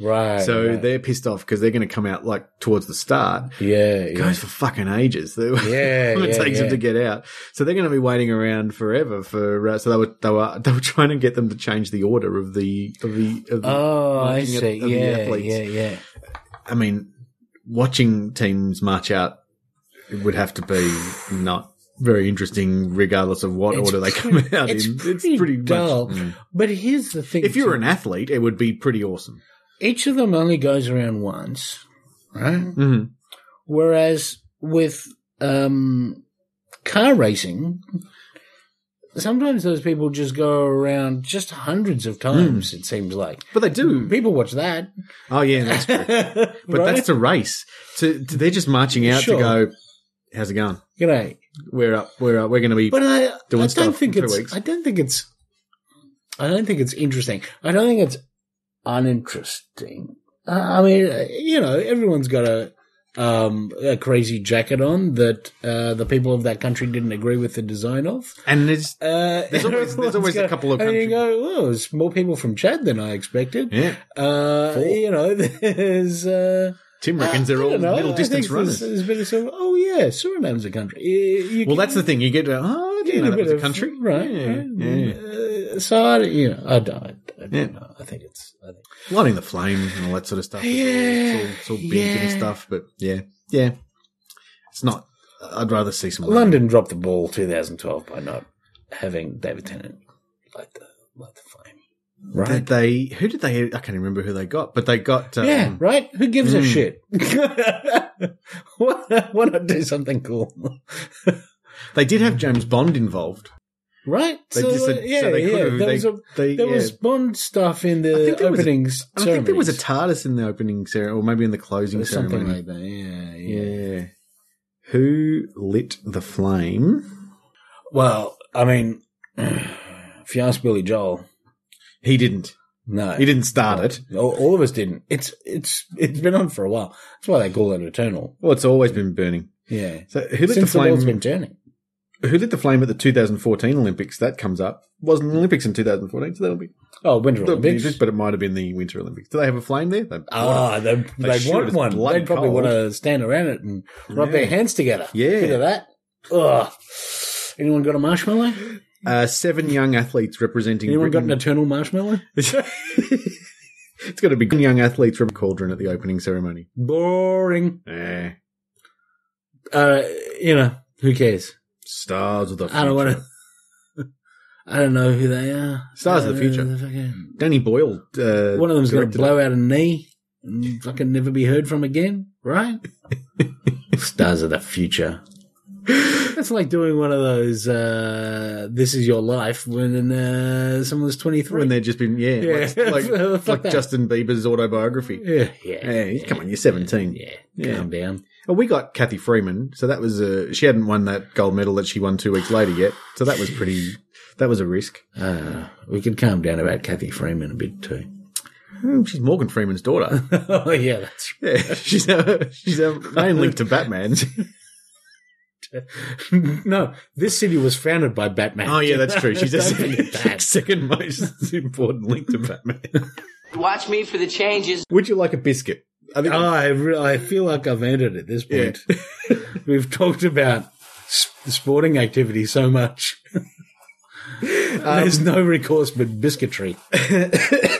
A: with A.
C: Right.
A: So
C: right.
A: they're pissed off because they're going to come out like towards the start.
C: yeah, yeah.
A: goes for fucking ages. The-
C: Yeah,
A: it
C: yeah,
A: takes them
C: yeah.
A: to get out. So they're going to be waiting around forever for. Uh, so they were they were they were trying to get them to change the order of the of the. Of the
C: Oh, I
A: marching at-
C: see.
A: of the
C: Yeah,
A: athletes.
C: yeah, yeah.
A: I mean, watching teams march out would have to be not very interesting, regardless of what
C: It's
A: order they come
C: pretty-
A: out
C: it's
A: in.
C: pretty dull.
A: Mm.
C: But here's the thing:
A: If you were an athlete, it would be pretty awesome.
C: each of them only goes around once, right?
A: Mm-hmm.
C: Whereas with um, car racing, sometimes those people just go around just hundreds of times, Hmm. it seems like.
A: But they do.
C: People watch that.
A: Oh yeah, that's true.
C: but
A: But that's the race. To, to- they're just marching out
C: Sure.
A: to go. How's it going?
C: you know.
A: We're up. We're up. We're going to be.
C: But I, I
A: doing
C: don't
A: stuff
C: think
A: in two
C: it's
A: weeks.
C: I don't think it's I don't think it's interesting. I don't think it's uninteresting. Uh, I mean, uh, you know, everyone's got a um, a crazy jacket on that uh, the people of that country didn't agree with the design of.
A: and it's
C: Uh,
A: There's always- there's always a couple of
C: and you
A: countries.
C: go, oh, there's more people from Chad than I expected.
A: yeah.
C: Uh,
A: Four.
C: you know, there's. Uh,
A: Tim reckons they're
C: I
A: all
C: don't know,
A: middle
C: I
A: distance
C: think
A: runners.
C: There's, there's been a sort of, oh yeah, Suriname's a country. You- you
A: well,
C: can-
A: that's the thing. You get to, oh, I
C: yeah,
A: didn't know
C: a
A: that
C: bit
A: was a
C: of-
A: country.
C: right?
A: Yeah.
C: right.
A: yeah.
C: Uh, so I, don't- you know, I don't, I don't
A: Yeah.
C: know. I think it's. I think.
A: Lighting the flame and all that sort of stuff. is all-
C: Yeah.
A: It's all, it's all big and
C: Yeah.
A: stuff. But yeah. Yeah. It's not. I'd rather see some.
C: London dropped the ball 2012 by not having David Tennant light the light the flame, right?
A: Did they? Who did they? I can't remember who they got, but they got. Um,
C: yeah, right. Who gives a
A: mm.
C: shit? why, why not do something cool,
A: They did have James Bond involved.
C: right?
A: They just said, so they could have.
C: There,
A: they,
C: was, a,
A: they-
C: there
A: yeah.
C: was Bond stuff in
A: I
C: the
A: think there was a-
C: opening
A: And I think there was a
C: ceremonies.
A: TARDIS in the opening ceremony, or maybe in the closing
C: Or
A: ceremony.
C: something like that. Yeah, yeah.
A: Yeah. Who lit the flame?
C: Well, I mean, if you ask Billy Joel,
A: He didn't.
C: no,
A: He didn't start it.
C: All, all of us didn't. It's it's it's been on for a while. That's why they call it eternal.
A: Well, it's always been burning.
C: Yeah,
A: So who lit
C: since
A: the
C: the,
A: flame?
C: world's been turning.
A: who lit the flame at the 2014 Olympics? That comes up. Wasn't the Olympics in 2014, so that'll be
C: Oh, Winter
A: that'll be
C: Olympics.
A: this, but it might have been the Winter Olympics. Do they have a flame there? They-
C: Ah, they
A: They
C: they
A: should,
C: want
A: it's
C: one.
A: bloody
C: They probably
A: cold.
C: want to stand around it and rub their
A: Yeah.
C: hands together.
A: Yeah.
C: look at that. Ugh. Anyone got a marshmallow?
A: Uh, seven young athletes representing
C: Anyone got
A: Britain.
C: an eternal marshmallow?
A: it's got to be young athletes from Cauldron at the opening ceremony.
C: Boring.
A: Eh,
C: Uh, you know who cares?
A: stars of the future.
C: I don't want to. I don't know who they are.
A: Stars of the
C: Uh,
A: future.
C: they're fucking-
A: Danny Boyle. Uh,
C: One of them's going
A: directed
C: to blow out a knee and fucking never be heard from again, right? Stars of the future. That's like doing one of those uh, "This Is Your Life" when uh, someone's twenty-three.
A: When they've just been, yeah, like-
C: Yeah.
A: like,
C: Fuck
A: like
C: that.
A: Justin Bieber's autobiography.
C: yeah, yeah,
A: Hey, come on, you're 17.
C: yeah,
A: Yeah.
C: calm down.
A: And we got Kathy Freeman, so that was a, she hadn't won that gold medal that she won two weeks later yet. So that was pretty, that was a risk.
C: Uh, we could calm down about Kathy Freeman a bit too.
A: Hmm, She's Morgan Freeman's daughter.
C: oh yeah, that's
A: Yeah, she's a, she's a main link to Batman.
C: right. no. This city was founded by Batman.
A: Oh yeah, that's true. She's a
C: Don't
A: second,
C: forget that.
A: second most important link to Batman.
B: Watch me for the changes.
A: Would you like a biscuit? I think um,
C: Oh, I, re- I feel like I've earned it at this point. We've talked about s- sporting activity so much. There's no recourse but biscuitry.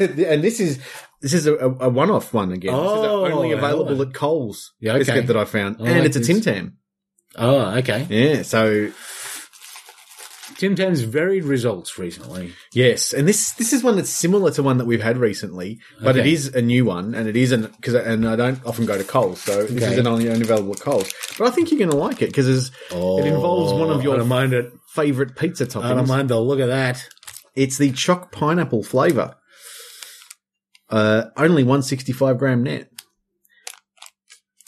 A: and this is this is a, a one-off one again.
C: Oh,
A: this is only available
C: hello.
A: at Coles.
C: Yeah, okay.
A: Biscuit that I found,
C: I
A: and
C: like
A: it's
C: this.
A: a Tim Tam.
C: Oh, okay.
A: Yeah, so
C: Tim Tam's varied results recently.
A: yes, and this this is one that's similar to one that we've had recently, but it
C: Okay.
A: is a new one, and it is an because and I don't often go to Coles, so this
C: Okay. Oh.
A: is an only only available at Coles. But I think you're going to like it because it involves one of
C: I
A: your
C: don't mind it.
A: favorite pizza toppings.
C: I don't mind the look of that.
A: It's the choc pineapple flavor. Uh, only 165 gram net.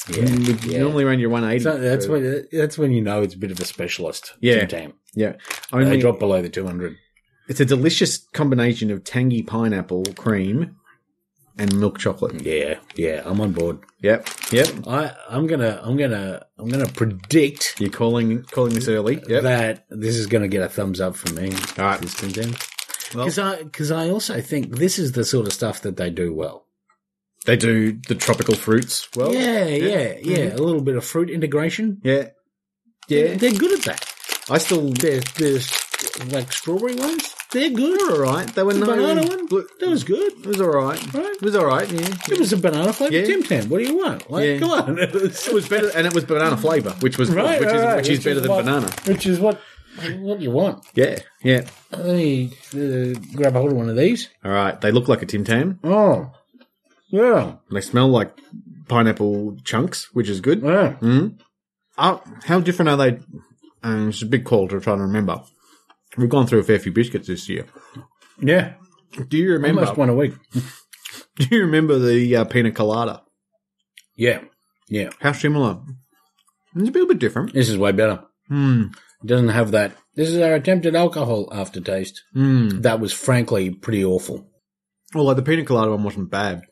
C: Yeah,
A: You'd
C: yeah.
A: Normally around your 180.
C: So that's
A: So-
C: when that's when you know it's a bit of a specialist.
A: Yeah.
C: Tim Tam.
A: yeah.
C: They
A: Only,
C: drop below the 200.
A: it's a delicious combination of tangy pineapple cream and milk chocolate.
C: Yeah, yeah. I'm on board.
A: Yep. Yep.
C: I I'm gonna I'm gonna I'm gonna predict
A: You're calling calling this early. Yep.
C: that this is going to get a thumbs up from me.
A: All right. Well-
C: Because I because I also think this is the sort of stuff that they do well.
A: they do the tropical fruits well.
C: yeah, yeah, yeah,
A: Mhm.
C: A little bit of fruit integration.
A: Yeah. Yeah.
C: they're good at that.
A: I still.
C: There's there's like strawberry ones. They're good.
A: All right. They were
C: The
A: no.
C: banana one
A: Look,
C: that was good.
A: It was all right.
C: Right?
A: It was all right. Yeah.
C: It was a banana flavored
A: Yeah.
C: Tim Tam. What do you want? Like,
A: Yeah.
C: come on. It
A: It was better, and it was banana flavour, which was
C: Right,
A: which, is,
C: right,
A: which is
C: which
A: better
C: is
A: than
C: what-
A: banana.
C: which is what what you want.
A: Yeah, yeah.
C: Let me uh, grab a hold of one of these.
A: All right, they look like a Tim Tam.
C: Oh, yeah,
A: They smell like pineapple chunks, which is good. Uh,
C: yeah.
A: Oh, how different are they? Um, it's a big call to try to remember. We've gone through a fair few biscuits this year.
C: Yeah.
A: Do you remember?
C: Almost one a week.
A: Do you remember the uh, pina colada?
C: Yeah. Yeah.
A: How similar? It's a little bit different.
C: This is way better.
A: Hmm.
C: It doesn't have that. This is our attempted alcohol aftertaste.
A: Mm.
C: That was frankly pretty awful.
A: Well, like the pina colada one wasn't bad.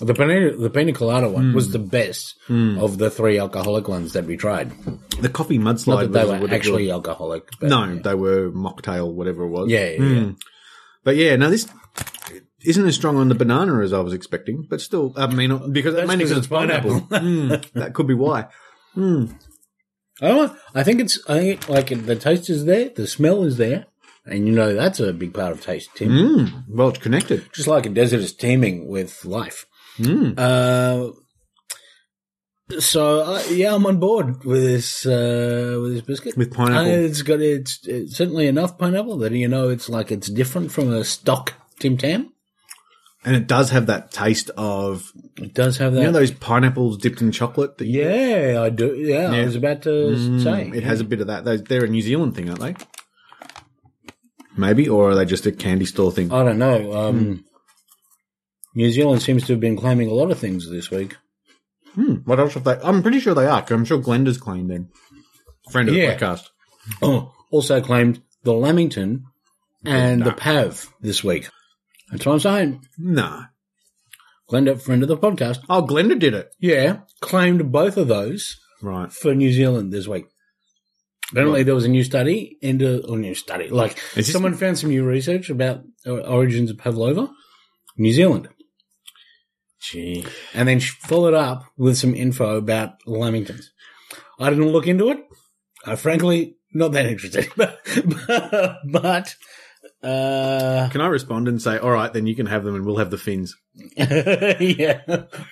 C: The pina, the pina colada one
A: Mm.
C: was the best
A: Hmm.
C: of the three alcoholic ones that we tried.
A: The coffee
C: Not
A: mudslide
C: that they
A: was
C: were
A: ridiculous.
C: actually alcoholic. But
A: no,
C: yeah.
A: they were mocktail, whatever it was.
C: Yeah, yeah,
A: Mm. But yeah, no, this isn't as strong on the banana as I was expecting, but still, I mean, because
C: That's
A: mainly because it's pineapple. Mm, that could be why. Mm.
C: I don't. I think it's. I think like the taste is there, the smell is there, and you know that's a big part of taste, Tim.
A: Mm. Well, it's connected.
C: Just like a desert is teeming with life.
A: Mm.
C: Uh, so I yeah, I'm on board with this uh, with this biscuit
A: With pineapple.
C: Uh, it's got it's, it's certainly enough pineapple that you know it's like it's different from a stock Tim Tam.
A: And it does have that taste of,
C: It does have that.
A: you know, those pineapples dipped in chocolate? That you-
C: yeah, I do. Yeah, I
A: Yeah. Hmm.
C: was about to s- say
A: It has a bit of that. Those, they're a New Zealand thing, aren't they? Maybe, or are they just a candy store thing?
C: I don't know. Um,
A: Hmm.
C: New Zealand seems to have been claiming a lot of things this week.
A: Hmm, what else have they? I'm pretty sure they are. 'cause I'm sure Glenda's claimed them. Friend of
C: Yeah.
A: the podcast.
C: Oh, also claimed the Lamington and the PAV this week. That's what I'm saying.
A: Nah.
C: Glenda, friend of the podcast,
A: Oh, Glenda did it.
C: yeah, claimed both of those
A: Right.
C: for New Zealand this week. Apparently, there was a new study into or new study. Like
A: Is this-
C: someone found some new research about uh, origins of pavlova, New Zealand,
A: Gee.
C: and then she followed up with some info about lamingtons. I didn't look into it. I frankly not that interested, but but uh,
A: Can I respond and say, all right, then you can have them and we'll have the fins?
C: yeah,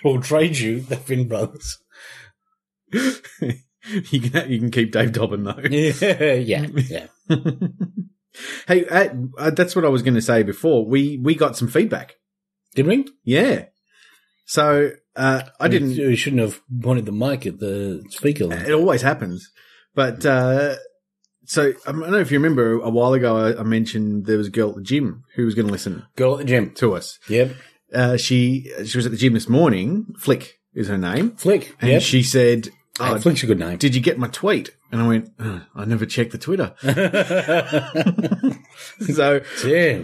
C: we'll trade you the Finn brothers.
A: You can you can keep Dave Dobbin though.
C: Yeah, yeah, yeah.
A: Hey, uh, uh, that's what I was going to say before. We we got some feedback.
C: Did we?
A: Yeah. So uh, I didn't.
C: We shouldn't have pointed the mic at the speaker. Then.
A: It always happens. But uh, so um, I don't know if you remember a while ago I, I mentioned there was a girl at the gym who was going to listen
C: Girl at the gym.
A: to us.
C: Yep.
A: Uh, she she was at the gym this morning. Flick is her name,
C: Flick.
A: and
C: yep.
A: she said,
C: Hey,
A: oh,
C: Flick's a good name.
A: "Did you get my tweet?" And I went, "Ugh, "I never checked the Twitter." so
C: yeah.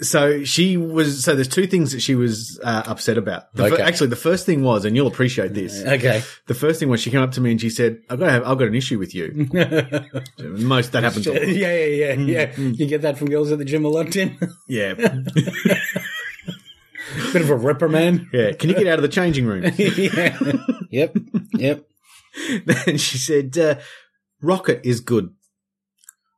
A: so she was so there's two things that she was uh, upset about. The fir-
C: Okay.
A: actually, the first thing was, and you'll appreciate this.
C: Okay.
A: The first thing was she came up to me and she said, "I've got to have, I've got an issue with you." Most that happens. a
C: yeah,
A: lot.
C: yeah, yeah, yeah. You get that from girls at the gym a lot, Tim.
A: Yeah,
C: Bit of a reprimand.
A: yeah. Can you get out of the changing room?
C: yeah. Yep. Yep.
A: and she said, uh, "Rocket is good."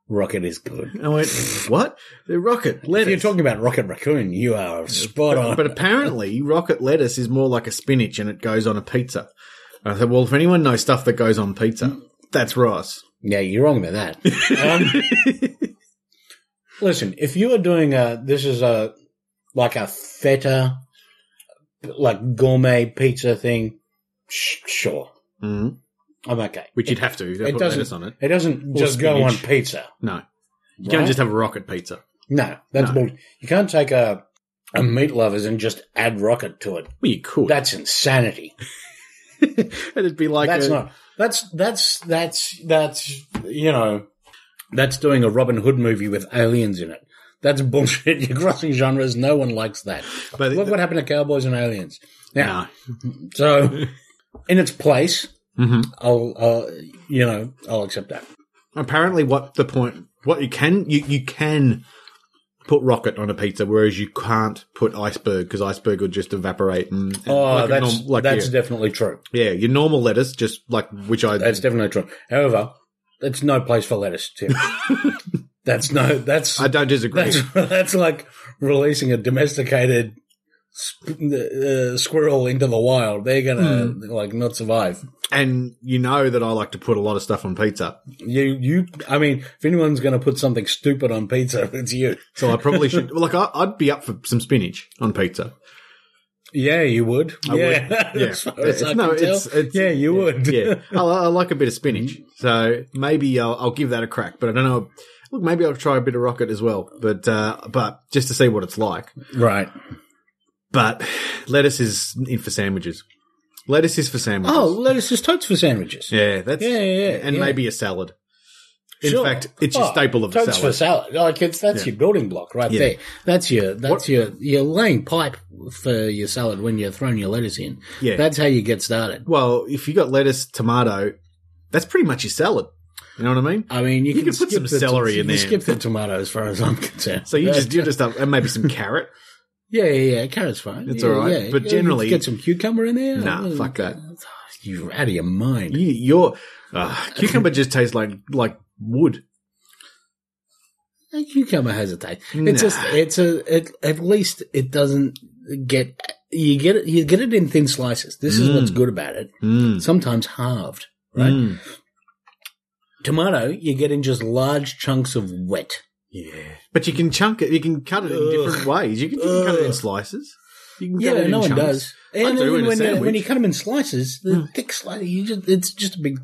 C: Rocket is good.
A: I went, "What? The rocket
C: If
A: lettuce?"
C: you're talking about Rocket Raccoon, you are spot on.
A: But apparently, rocket lettuce is more like a spinach and it goes on a pizza. And I said, well, if anyone knows stuff that goes on
C: Mm.
A: pizza, that's Ross.
C: Yeah, you're wrong about that. Um, listen, if you are doing a, this is a, like a feta, like gourmet pizza thing, sh- sure,
A: Mm.
C: I'm okay.
A: Which you'd have to. They
C: It
A: put
C: doesn't-
A: lettuce on it.
C: It doesn't
A: Or
C: just go on
A: spinach.
C: pizza.
A: No. You can't
C: right?
A: just have a rocket pizza.
C: no, that's
A: No.
C: bull- You can't take a, a meat lovers and just add rocket to it.
A: Well, you could.
C: That's insanity.
A: It'd be like
C: That's
A: a-
C: not. That's that's that's that's you know, that's doing a Robin Hood movie with aliens in it. That's bullshit. You're crossing genres. No one likes that.
A: But
C: Look what happened to Cowboys and Aliens. Now,
A: no.
C: so in its place,
A: Mhm.
C: I'll uh, you know I'll accept that.
A: Apparently, what the point? What you can you you can put rocket on a pizza, whereas you can't put iceberg because iceberg would just evaporate. And, and
C: Oh,
A: like a
C: that's
A: norm- like
C: that's
A: your-
C: definitely true.
A: yeah, your normal lettuce, just like which I
C: That's definitely true. However, that's no place for lettuce, Tim. that's no. That's
A: I don't disagree.
C: that's that's like releasing a domesticated sp- uh, squirrel into the wild. They're gonna like not survive.
A: and you know that I like to put a lot of stuff on pizza,
C: You you. I mean, if anyone's gonna put something stupid on pizza, it's you.
A: so I probably should. Well, like I, I'd be up for some spinach on pizza.
C: Yeah, you would.
A: I
C: yeah,
A: would. Yeah.
C: As far as I
A: No,
C: can tell.
A: it's- it's-
C: yeah, Mm-hmm. you would.
A: Yeah, I, I like a bit of spinach, so maybe I'll, I'll give that a crack. But I don't know. look, maybe I'll try a bit of rocket as well, but uh, but just to see what it's like.
C: Right.
A: But lettuce is in for sandwiches. Lettuce is for sandwiches.
C: Oh, lettuce is totes for sandwiches.
A: yeah, that's
C: Yeah, yeah, yeah,
A: and
C: yeah.
A: maybe a salad. In
C: Sure.
A: fact, it's your
C: Oh,
A: staple of a
C: totes
A: salad.
C: for salad. Like it's that's your building block right
A: Yeah.
C: there. That's your that's
A: What-
C: your you're laying pipe for your salad when you're throwing your lettuce in.
A: Yeah.
C: That's how you get started.
A: well, if you got lettuce, tomato, that's pretty much your salad. You know what I mean?
C: I mean, you,
A: You
C: can,
A: can put
C: skip
A: some
C: the-
A: celery
C: you
A: in
C: can
A: there.
C: Skip the tomato, as far as I'm concerned.
A: So you
C: That's-
A: just you just up, and maybe some carrot.
C: yeah, yeah, yeah. Carrots fine.
A: It's
C: yeah,
A: all right,
C: yeah.
A: but
C: You
A: generally-
C: get some cucumber in there.
A: Nah, fuck that.
C: You're out of your mind.
A: You, your uh, cucumber just tastes like like wood.
C: A cucumber has a taste. It's
A: Nah.
C: just it's a it, at least it doesn't get you get it you get it in thin slices. This is what's good about it.
A: Mm.
C: Sometimes halved, right?
A: Mm.
C: Tomato you get in just large chunks of wet.
A: Yeah, but you can chunk it. You can cut it in
C: Ugh.
A: different ways. You can, you can cut it in
C: Ugh.
A: slices. You can
C: Yeah,
A: cut it
C: no
A: in
C: one
A: chunks.
C: does.
A: I
C: And
A: do
C: even
A: in a
C: when, you, when
A: sandwich. Hmm.
C: you cut them in slices, the thick slice, you just it's just a big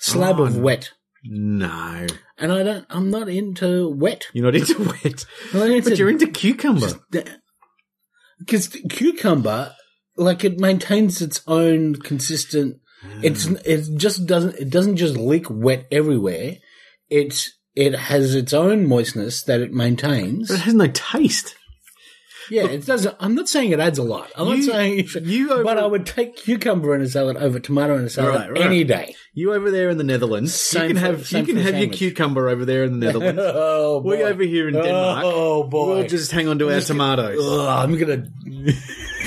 C: slab
A: Oh,
C: of
A: no.
C: wet.
A: No,
C: And I don't. I'm not into wet.
A: you're not into wet,
C: I'm not into
A: but you're into cucumber.
C: because cucumber like it maintains its own consistent
A: Hmm.
C: it's it just doesn't it doesn't just leak wet everywhere it's it has its own moistness that it maintains
A: But it has no taste.
C: yeah it doesn't i'm not saying it adds a lot i'm
A: You-
C: not saying
A: you over-
C: but i would take cucumber in a salad over tomato in a salad
A: Right, right.
C: any day
A: You over there in the Netherlands,
C: Same
A: you can
C: for-
A: have you
C: same
A: can
C: for the
A: have
C: sandwich.
A: your cucumber over there in the Netherlands.
C: oh,
A: we
C: boy.
A: over here in Denmark.
C: oh boy
A: We'll just hang on to our tomatoes.
C: Ugh, i'm gonna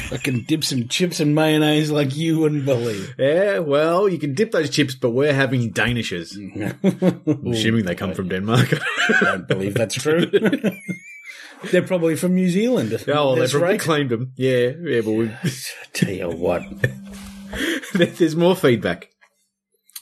C: fucking dip some chips in mayonnaise like you wouldn't believe
A: Yeah, well, you can dip those chips, but we're having Danishes. I'm assuming they come from Denmark. Oh,
C: don't believe that's true. they're probably from New Zealand.
A: oh, they
C: That's
A: probably
C: right.
A: claimed them. Yeah, yeah, but we,
C: Tell you what,
A: there's more feedback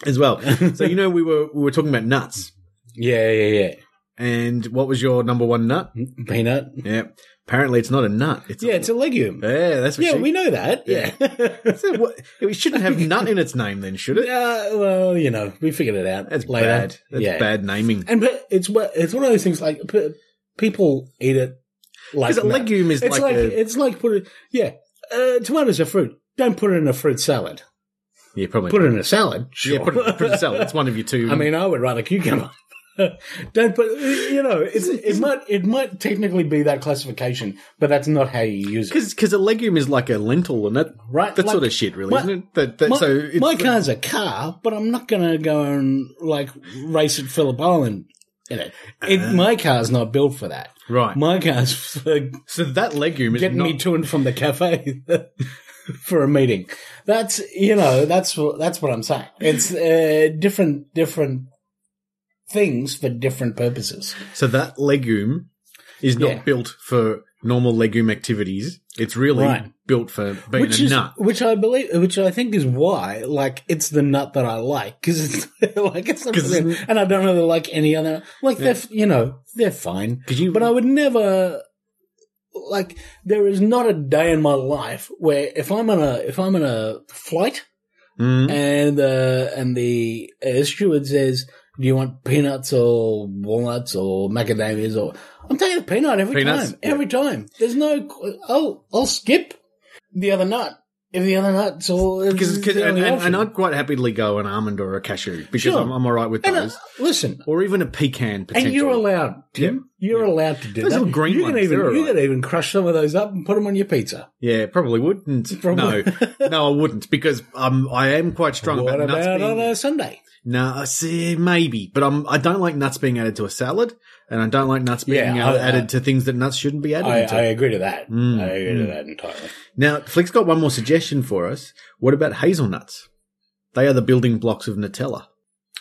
A: as well. So you know, we were we were talking about nuts,
C: yeah, yeah,
A: and what was your number one nut?
C: yeah, peanut.
A: Yeah, apparently it's not a nut. It's
C: Yeah,
A: a,
C: it's a legume.
A: yeah, that's what
C: yeah,
A: she,
C: we know that. Uh, Yeah.
A: So what- it shouldn't have nut in its name, then, should it?
C: uh, well, you know, we figured it out.
A: That's
C: later.
A: bad. That's
C: yeah,
A: bad naming.
C: and but it's one- it's one of those things like p- people eat it like
A: Because a
C: nut.
A: legume is
C: It's
A: like,
C: like,
A: a,
C: it's like put it. Yeah, uh, tomatoes are fruit. Don't put it in a fruit salad.
A: yeah, probably
C: Put it in a salad.
A: yeah, put it, put it salad. It's one of your two.
C: I mean, I would rather cucumber. Don't put, you know, it's, it might it might technically be that classification, but that's not how you use it,
A: because a legume is like a lentil and that
C: right?
A: that
C: Like,
A: sort of shit, really,
C: my-
A: isn't it? That, that,
C: My,
A: so it's,
C: my car's a car, but I'm not going to go and like race at Phillip Island in it. it
A: Uh.
C: my car's not built for that.
A: right.
C: My car's for
A: so that legume is
C: getting
A: not.
C: me to and from the cafe for a meeting. That's you know that's what that's what I'm saying. It's uh, different different things for different purposes.
A: So that legume is not
C: Yeah.
A: built for normal legume activities. It's really
C: Right.
A: built for being
C: which
A: a
C: is
A: nut.
C: which I believe, which I think is why, like, it's the nut that I like because it's like it's,
A: 'Cause it's-
C: and I don't really like any other. Like they're f- you know they're fine,
A: 'Cause you-
C: but I would never like. There is not a day in my life where if I'm on a if I'm on a flight
A: Mm.
C: and uh, and the uh, steward says, "Do you want peanuts or walnuts or macadamias or?" I'm taking a peanut every
A: Peanuts,
C: time.
A: yeah.
C: Every time. There's no. I'll I'll skip the other nut if the other nut's all.
A: Because
C: Because
A: and, and, and I'd quite happily go an almond or a cashew because
C: Sure.
A: I'm, I'm all right with
C: And, uh,
A: those,
C: listen,
A: or even a pecan. Potentially.
C: and you're allowed, Tim. You're allowed to do
A: Those
C: that.
A: little green
C: you
A: ones,
C: can even
A: they're
C: you
A: alright.
C: can even crush some of those up and put them on your pizza.
A: yeah, probably wouldn't.
C: Probably-
A: No, no, I wouldn't because um, I am quite strong
C: What
A: about nuts
C: about
A: being
C: on a Sunday?
A: No, I see, maybe, but I'm, I don't like nuts being added to a salad, and I don't like nuts being
C: Yeah, I-
A: uh, added to things that nuts shouldn't be added
C: I,
A: to.
C: I agree to that.
A: Mm,
C: I agree
A: mm.
C: to that entirely.
A: now, Flick's got one more suggestion for us. What about hazelnuts? They are the building blocks of Nutella.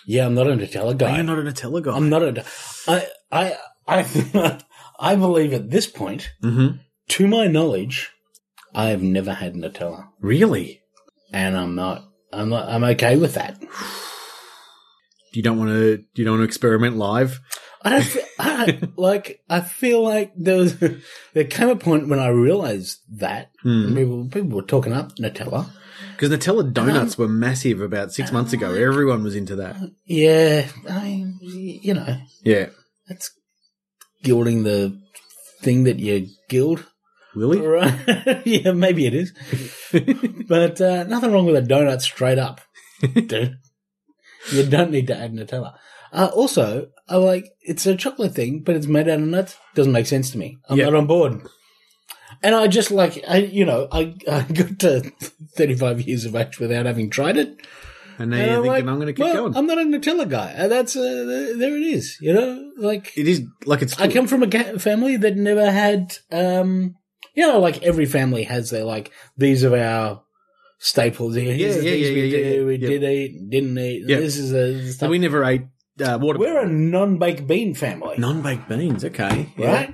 C: Yeah, I'm not a Nutella guy.
A: Are you not a Nutella guy?
C: I'm not a. I I I I believe at this point,
A: mm-hmm.
C: to my knowledge, I have never had Nutella,
A: Really?
C: and I'm not. I'm not, I'm okay with that.
A: You don't want to? You don't want to experiment live?
C: I don't, feel, I don't like. I feel like there was there came a point when I realized that
A: Because
C: people people were talking up Nutella.
A: Nutella donuts were massive about
C: Uh,
A: six months ago. Everyone was into that.
C: Yeah, I you know
A: Yeah.
C: that's gilding the thing that you gild. Uh,
A: Really?
C: Right? yeah, maybe it is. but uh, nothing wrong with a donut straight up, dude. you don't need to add Nutella. Uh, also, I like it's a chocolate thing, but it's made out of nuts. Doesn't make sense to me. I'm
A: Yeah.
C: not on board. And I just like, I, you know, I, I got to 35 years of age without having tried it.
A: And now
C: And
A: you're
C: I'm
A: thinking,
C: uh, like,
A: I'm going to keep
C: well, um,
A: going.
C: I'm not a Nutella guy. And that's, uh, th- there it is, you know, like.
A: it is like it's.
C: I come from a ga- family that never had, um, you know, like every family has their like these are our staples. Here, Here's
A: Yeah,
C: the
A: yeah,
C: things
A: yeah,
C: we
A: yeah,
C: did,
A: yeah,
C: we
A: yeah.
C: did eat, didn't eat.
A: Yeah.
C: This is the
A: so
C: stuff.
A: we never ate uh, water.
C: We're a non-baked bean family,
A: non-baked beans. Okay,
C: right?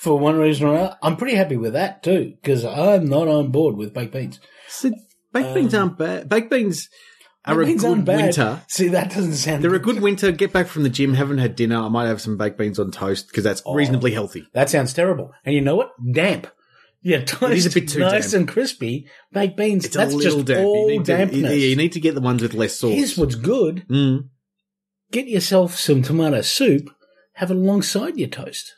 C: For one reason or another, I'm pretty happy with that too because I'm not on board with baked beans.
A: So baked beans aren't bad. Baked beans are
C: Um, Baked
A: a
C: beans aren't
A: good
C: bad.
A: winter.
C: See, that doesn't sound.
A: They're a good winter. Get back from the gym, haven't had dinner. I might have some baked beans on toast because that's reasonably healthy.
C: That sounds terrible. And you know what? Damp. Yeah, toast,
A: is a bit too
C: nice
A: damp.
C: and crispy. Baked beans.
A: It's
C: that's
A: a little
C: just
A: damp.
C: all
A: you, need to,
C: dampness.
A: yeah, you need to get the ones with less sauce.
C: Here's what's good:
A: Mm.
C: get yourself some tomato soup, have it alongside your toast.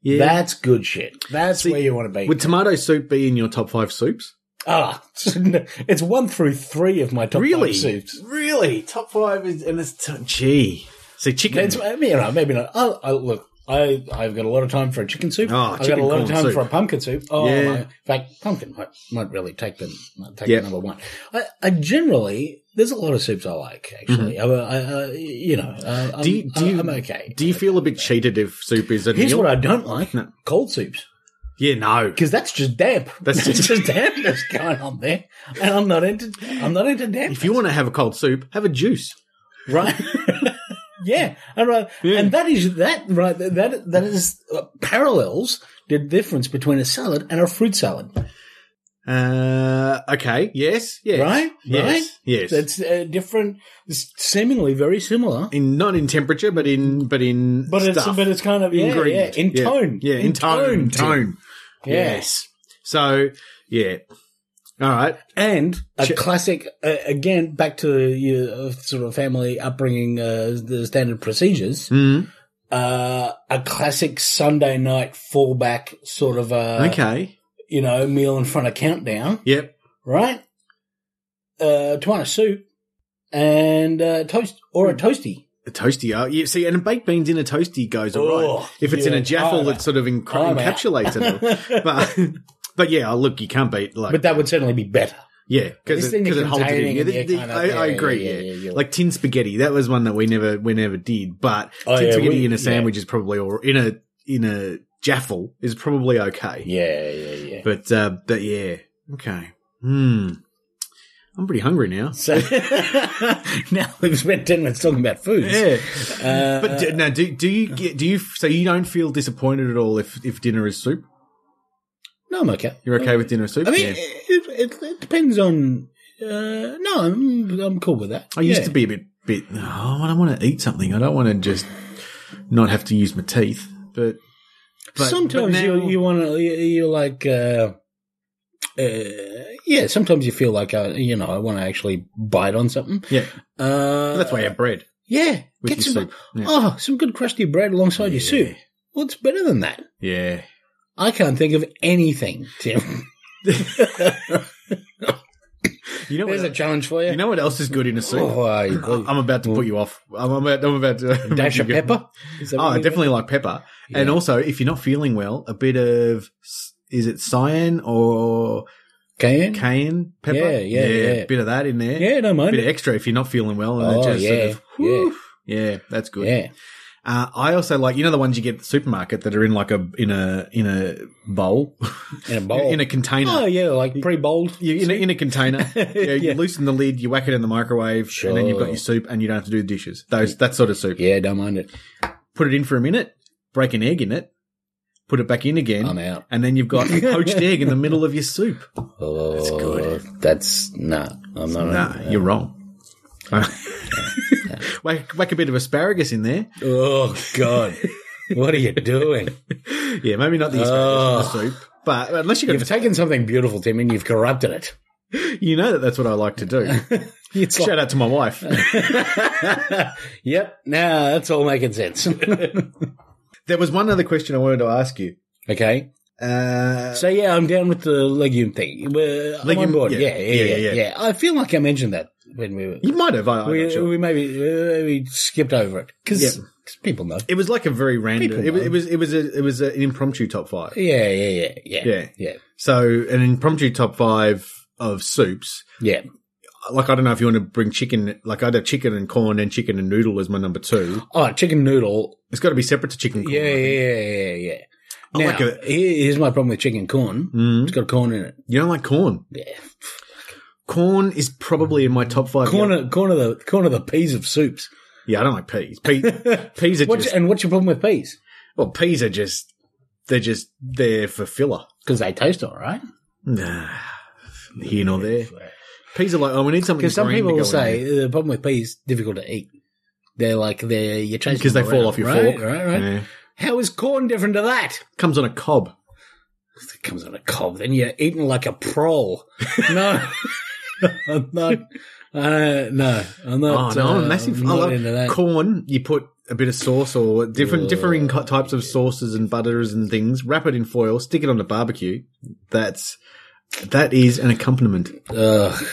A: Yeah.
C: That's good shit. That's
A: See,
C: where you want to be.
A: Would tomato soup be in your top five soups?
C: ah, it's one through three of my top
A: really?
C: five soups.
A: Really? Top five is, and it's, t- gee. See, chicken.
C: It's, I mean, you know, maybe not. I, I, look, I I've got a lot of time for a chicken soup.
A: Oh,
C: I've
A: chicken
C: got a lot of
A: corn
C: time
A: soup.
C: for a pumpkin soup. Oh,
A: Yeah.
C: my. in fact, pumpkin might, might really take the might take
A: Yep.
C: the number one. I, I generally there's a lot of soups I like actually. I, I, I, you know, uh,
A: Mm-hmm. do you, do you,
C: I'm okay.
A: Do you feel a bit cheated if soup is a
C: Here's
A: meal?
C: what I don't like:
A: No.
C: cold soups,
A: yeah, no.
C: because that's just damp.
A: That's just-
C: just dampness going on there, and I'm not into I'm not into damp.
A: If you want to have a cold soup, have a juice.
C: right? yeah, and, right.
A: Yeah.
C: and that is that right. That that is uh, parallels the difference between a salad and a fruit salad,
A: Uh, okay. Yes. Yes.
C: right?
A: Yes.
C: right?
A: Yes.
C: That's uh, different. It's seemingly very similar,
A: in not in temperature, but in but in
C: but it's
A: stuff.
C: but it's kind of yeah,
A: ingredient
C: yeah, in
A: Yeah.
C: tone,
A: Yeah, in, tone.
C: Tim.
A: Tone.
C: Yeah.
A: Yes. So yeah. All right.
C: and a
A: Ch-
C: classic uh, again back to your uh, sort of family upbringing, uh, the standard procedures.
A: Mm.
C: Uh, a classic Sunday night fallback sort of a
A: okay.
C: you know meal in front of countdown.
A: Yep.
C: right? Uh, tomato soup and uh, toast or a toasty.
A: A toasty. Oh, yeah. See, and a baked beans in a toasty goes all right.
C: Oh,
A: if it's in
C: yeah. Oh,
A: a jaffle,
C: I'm
A: it sort of enc-
C: I'm out.
A: encapsulates it. All. But but yeah, oh, look, you can't beat like
C: But that would certainly be better.
A: yeah
C: This
A: because it,
C: thing
A: 'cause
C: is
A: it holds it in.
C: containing
A: Yeah,
C: and
A: the-
C: they're
A: the-
C: kind of-
A: I, I
C: yeah,
A: agree.
C: yeah,
A: Yeah,
C: yeah, yeah, yeah.
A: like tin spaghetti. That was one that we never we never did. But
C: Oh,
A: tin
C: yeah,
A: spaghetti
C: we-
A: in
C: yeah.
A: a sandwich is probably or in a in a jaffle is probably okay.
C: Yeah, yeah, yeah.
A: But uh, but yeah, okay. Hmm. I'm pretty hungry now.
C: So now we've spent ten minutes talking about foods.
A: Yeah,
C: Uh,
A: but do, now do do you get do you so you don't feel disappointed at all if if dinner is soup?
C: no, I'm okay.
A: You're okay with dinner is soup?
C: I mean,
A: yeah.
C: it, it, it depends on. Uh, no, I'm, I'm cool with that.
A: I used
C: Yeah.
A: to be a bit bit. Oh, I don't want to eat something. I don't want to just not have to use my teeth. But, but
C: sometimes
A: but now-
C: you you want to you're like uh, uh, yeah. Sometimes you feel like uh, you know I want to actually bite on something.
A: yeah.
C: Uh,
A: That's why I have bread
C: Yeah,
A: with
C: get
A: your
C: some
A: soup. Yeah.
C: oh some good crusty bread alongside your
A: Yeah.
C: soup. What's better than that?
A: yeah.
C: I can't think of anything, Tim.
A: You know
C: There's a
A: what?
C: challenge for you.
A: You know what else is good in a soup?
C: oh, I,
A: I'm about to put you off. I'm about. I'm about to
C: dash of
A: you go-
C: pepper. Is that
A: Oh,
C: what
A: I
C: you-
A: definitely like pepper. And
C: Yeah.
A: also, if you're not feeling well, a bit of s- is it cyan or
C: Cayenne.
A: cayenne pepper?
C: Yeah, yeah, yeah.
A: A bit of that in there.
C: Yeah, don't
A: A
C: mind
A: bit of
C: it.
A: extra if you're not feeling well. And
C: Oh,
A: it just
C: yeah,
A: sort of,
C: yeah.
A: whew. yeah, that's good.
C: Yeah,
A: Uh, I also like you know the ones you get at the supermarket that are in like a in a in a bowl,
C: in a bowl.
A: in a container.
C: oh yeah, like pre-bowled.
A: You, in, a, in a container, yeah, you
C: Yeah.
A: loosen the lid, you whack it in the microwave, and then you've got
C: Sure.
A: your soup, and you don't have to do the dishes. Those that sort of soup.
C: Yeah, don't mind it.
A: Put it in for a minute, break an egg in it, put it back in again,
C: I'm out.
A: and then you've got a poached egg in the middle of your soup.
C: Oh, that's
A: good.
C: That's nah. I'm not.
A: Nah, you're wrong. whack, whack a bit of asparagus in there.
C: Oh God, what are you doing?
A: Yeah, maybe not the asparagus in the soup, but unless you
C: You've
A: got,
C: taken something beautiful, Tim, and you've corrupted it.
A: you know that that's what I like to do.
C: It's like-
A: Shout out to my wife.
C: yep. Now that's all making sense.
A: There was one other question I wanted to ask you.
C: Okay.
A: Uh,
C: So yeah, I'm down with the legume thing. We're, I'm
A: Legume,
C: on board.
A: yeah.
C: Yeah yeah
A: Yeah,
C: yeah, yeah,
A: yeah, yeah.
C: I feel like I mentioned that when we were.
A: you might have. I, I'm
C: we,
A: not sure.
C: we maybe we skipped over it because
A: Yeah.
C: people know.
A: it was like a very random.
C: People
A: It was,
C: know.
A: it was. It was. A, it was an impromptu top five.
C: Yeah, yeah, yeah, yeah,
A: Yeah.
C: yeah,
A: So an impromptu top five of soups.
C: yeah.
A: Like I don't know if you want to bring chicken. Like I'd have chicken and corn and chicken and noodle as my number two.
C: Oh, chicken noodle.
A: It's got to be separate to chicken. Corn,
C: Yeah,
A: I think.
C: yeah, yeah, yeah, yeah.
A: I
C: Now,
A: like a-
C: here- here's my problem with chicken corn.
A: Mm.
C: It's got corn in it.
A: You don't like corn.
C: Yeah,
A: Corn is probably in my top five.
C: corn, of- corn of the corn of the peas of soups.
A: Yeah, I don't like peas. Pe- peas are
C: What's,
A: just
C: and what's your problem with peas?
A: well, peas are just they're just there for filler.
C: Because they taste all right.
A: Nah, here nor there. Peas are like, oh, we need something.
C: Because some
A: green to
C: people
A: go
C: will
A: in
C: say
A: there.
C: the problem with peas difficult to eat. They're like they're you're chasing
A: because they
C: them
A: fall
C: around,
A: off your
C: right,
A: fork.
C: Right, right.
A: Yeah.
C: How is corn different to that?
A: Comes on a cob.
C: It comes on a cob, then you're eating like a prol. No, I'm not. Uh, no, I'm
A: Oh
C: not.
A: no,
C: uh,
A: I'm a massive.
C: I'm
A: I
C: not
A: love
C: into that.
A: corn. You put a bit of sauce or different
C: Ugh,
A: differing co- types of sauces and butters and things. Wrap it in foil. Stick it on the barbecue. That's that is an accompaniment.
C: Ugh.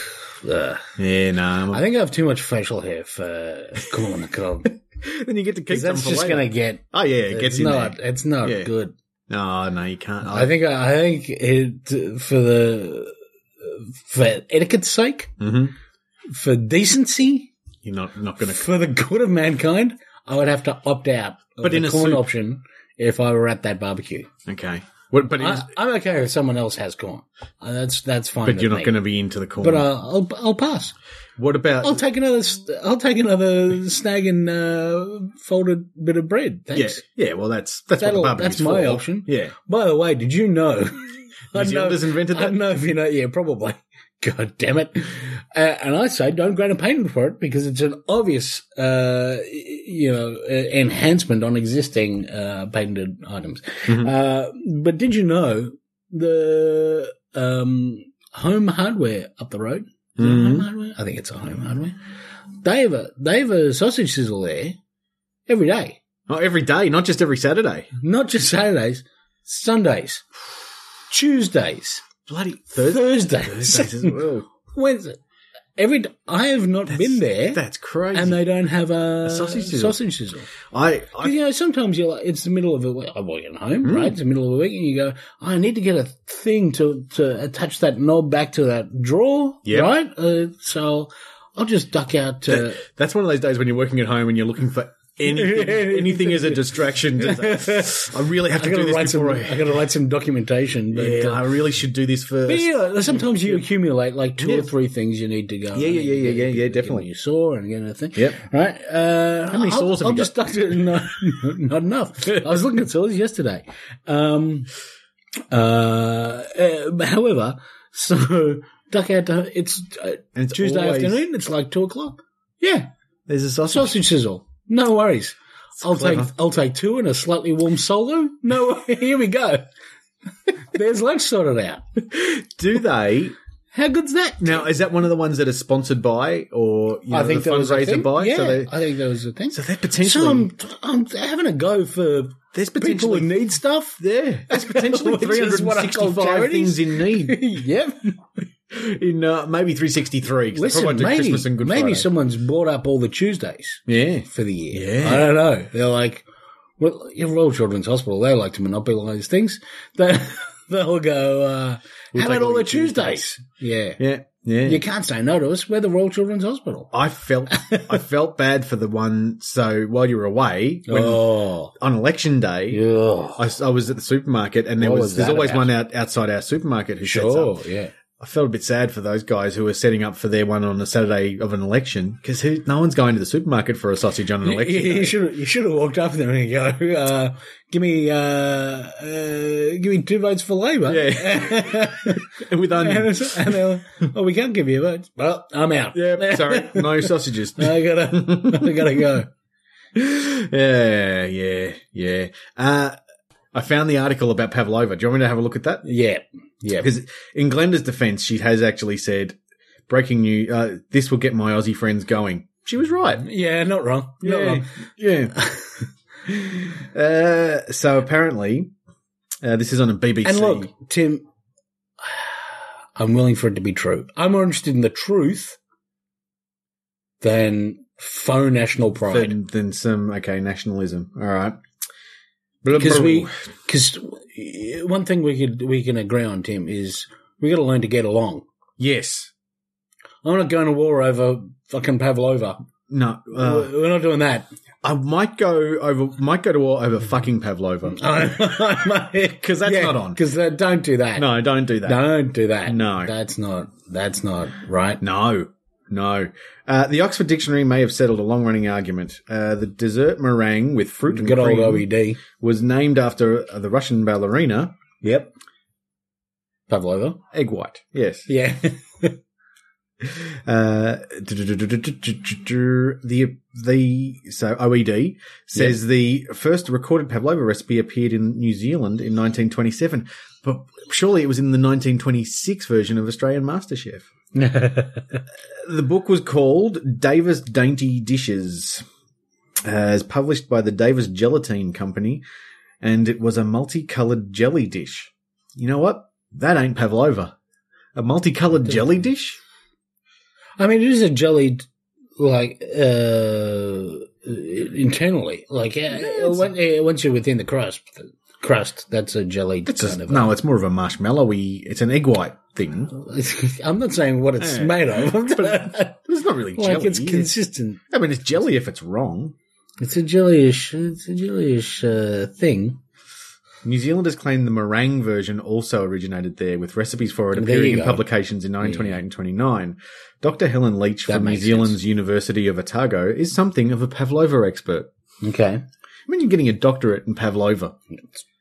C: Ugh.
A: Yeah, no. I'm a-
C: I think I have too much facial hair for corn on a cob.
A: then you get to keep
C: 'Cause
A: them
C: that's
A: for
C: just
A: later.
C: going to get.
A: Oh yeah, it
C: it's
A: gets in
C: not.
A: there.
C: It's not
A: Yeah. Uh,
C: good.
A: No, no, you can't.
C: I think. I think it for the for etiquette's sake,
A: hmm
C: for decency,
A: You're not not going to.
C: for the good of mankind, I would have to opt out. Of
A: But
C: the
A: in a
C: corn
A: soup.
C: option, if I were at that barbecue.
A: Okay, What- but it is-
C: I, I'm okay if someone else has corn. Uh, that's that's fine.
A: but
C: with
A: you're not
C: me.
A: going to be into the corn.
C: But uh, I'll I'll pass.
A: what about?
C: I'll take another. st- I'll take another snag and uh, folded bit of bread.
A: yeah,
C: Thanks.
A: yeah. Well, that's that's
C: That'll-
A: what the barbecue's
C: that's my
A: for.
C: option.
A: Yeah,
C: By the way, did you know?
A: New
C: I know,
A: Zealanders invented
C: I
A: that.
C: know if you know. Yeah, probably. God damn it! Uh, and I say don't grant a patent for it because it's an obvious, uh, y- you know, uh, enhancement on existing uh, patented items. Uh, but did you know the um, home hardware up the road? Is it Home
A: Mhm.
C: hardware? I think it's a home hardware. They have a they have a sausage sizzle there every day
A: Oh, every day, not just every Saturday.
C: not just Saturdays, Sundays, Tuesdays,
A: Bloody Thursday.
C: Thursdays,
A: as well.
C: Wednesday. Every d- I have not been there,
A: That's crazy.
C: and uh, they don't have a,
A: A sausage sizzle.
C: Sausage sizzle.
A: I,
C: 'Cause,
A: I Mm.
C: You know, sometimes you're like, it's the middle of the week. I'm working home, right? It's the middle of the week, and you go, I need to get a thing to to attach that knob back to that drawer,
A: Yep.
C: right? Uh, so I'll just duck out to.
A: that's one of those days when you're working at home and you're looking for anything, anything as a distraction. Just like, I really have to
C: I
A: do
C: gotta
A: this
C: write some.
A: before
C: I
A: I.
C: gotta write some documentation. But,
A: Yeah,
C: uh,
A: I really should do this first.
C: But yeah, sometimes you accumulate like two
A: Yeah.
C: or three things you need to go.
A: Yeah, yeah, yeah, yeah, yeah, yeah,
C: Get
A: definitely.
C: a new saw and get a thing.
A: Yep.
C: Right. Uh, How
A: many
C: I'll,
A: saws have
C: I'll
A: you
C: just stuck to no, not enough. I was looking at saws yesterday. Um, uh, uh, however, so duck out to it's uh,
A: And it's
C: Tuesday
A: always-
C: afternoon. It's like two o'clock. Yeah,
A: There's a sausage.
C: sausage sizzle. No worries. I'll
A: clever.
C: take I'll take two and a slightly warm solo. No, here we go. There's lunch sorted out.
A: Do they
C: How good's that?
A: now? Is that one of the ones that are sponsored by or you know,
C: I think
A: the
C: that was a thing.
A: fundraiser by?
C: Yeah,
A: So, they,
C: I think that was a thing.
A: so they're
C: So
A: potentially
C: I'm, I'm having a go for
A: there's
C: people who
A: potentially
C: need stuff.
A: there. There's potentially
C: Which is what I call
A: 365 things
C: charities.
A: in need.
C: yep.
A: In uh, maybe 363. 'cause they
C: Listen,
A: probably do
C: maybe
A: Christmas and Good
C: maybe
A: Friday.
C: someone's bought up all the Tuesdays
A: Yeah.
C: for the year.
A: Yeah.
C: I don't know. They're like, well, your Royal Children's Hospital. They like to monopolise things. They they'll go. Uh,
A: We'll
C: how
A: take
C: about
A: all
C: all
A: your
C: the Tuesdays? Yeah.
A: Yeah. Yeah.
C: You can't say no to us. We're the Royal Children's Hospital.
A: I felt I felt bad for the one. So while you were away when,
C: oh,
A: on election day,
C: yeah.
A: I, I was at the supermarket, and there
C: What
A: was,
C: was
A: there's
C: that
A: always
C: about?
A: one out outside our supermarket who sets up.
C: Sure. Yeah.
A: I felt a bit sad for those guys who were setting up for their one on a Saturday of an election because no one's going to the supermarket for a sausage on an
C: You-
A: election.
C: You,
A: day.
C: you should you should have walked up to them and go, uh, "Give me uh, uh, give me two votes for Labor."
A: Yeah. And with
C: and,
A: onions.
C: it's- and they're like, "Oh, we can't give you votes." Well, I'm out.
A: Yeah, sorry, no sausages.
C: I gotta I gotta go.
A: yeah, yeah, yeah. Uh, I found the article about Pavlova. Do you want me to have a look at that?
C: Yeah, yeah.
A: Because in Glenda's defense, she has actually said, breaking news, uh, this will get my Aussie friends going. She was right.
C: Yeah, not wrong. Not wrong.
A: Yeah. Uh, so apparently, uh, this is on a BBC.
C: And look, Tim, I'm willing for it to be true. I'm more interested in the truth than faux national pride.
A: than, than some okay nationalism. All right,
C: Because we, because one thing we could we can agree on, Tim, is we got to learn to get along.
A: yes
C: I'm not going to war over fucking Pavlova.
A: no. Uh,
C: We're not doing that.
A: I might go over. Might go to war over fucking Pavlova.
C: Because
A: 'Cause that's not on.
C: Because don't do that.
A: no, don't do that.
C: don't do that.
A: No.
C: that's not. That's not right.
A: No, no. Uh, the Oxford Dictionary may have settled a long-running argument. Uh, the dessert meringue with fruit and
C: Good old E
A: cream
C: OED.
A: was named after uh, the Russian ballerina
C: Yep. Pavlova.
A: Egg White. Yes.
C: Yeah.
A: Uh, the the so OED says the first recorded pavlova recipe appeared in New Zealand in 1927, but surely it was in the 1926 version of Australian MasterChef. The book was called Davis Dainty Dishes, uh, as published by the Davis Gelatine Company, and it was a multicolored jelly dish. You know what? That ain't pavlova. A multicolored jelly dish.
C: I mean, it is a jelly, like, uh, internally. Like, uh, when, uh, once you're within the crust, crust, that's a jelly
A: It's
C: kind
A: a,
C: of.
A: no, it's more of a marshmallowy. It's an egg white thing.
C: I'm not saying what it's
A: Yeah.
C: made of.
A: But it's not really jelly.
C: like, it's
A: is it?
C: consistent.
A: I mean, it's jelly if it's wrong.
C: It's a jellyish, it's a jellyish uh, thing.
A: New Zealanders claim the meringue version also originated there, with recipes for it
C: There you
A: appearing in
C: go.
A: publications in 1928 and 29. Dr. Helen Leach
C: That
A: from New
C: makes
A: Zealand's University of Otago is something of a pavlova expert.
C: Okay,
A: I mean, you're getting a doctorate in pavlova.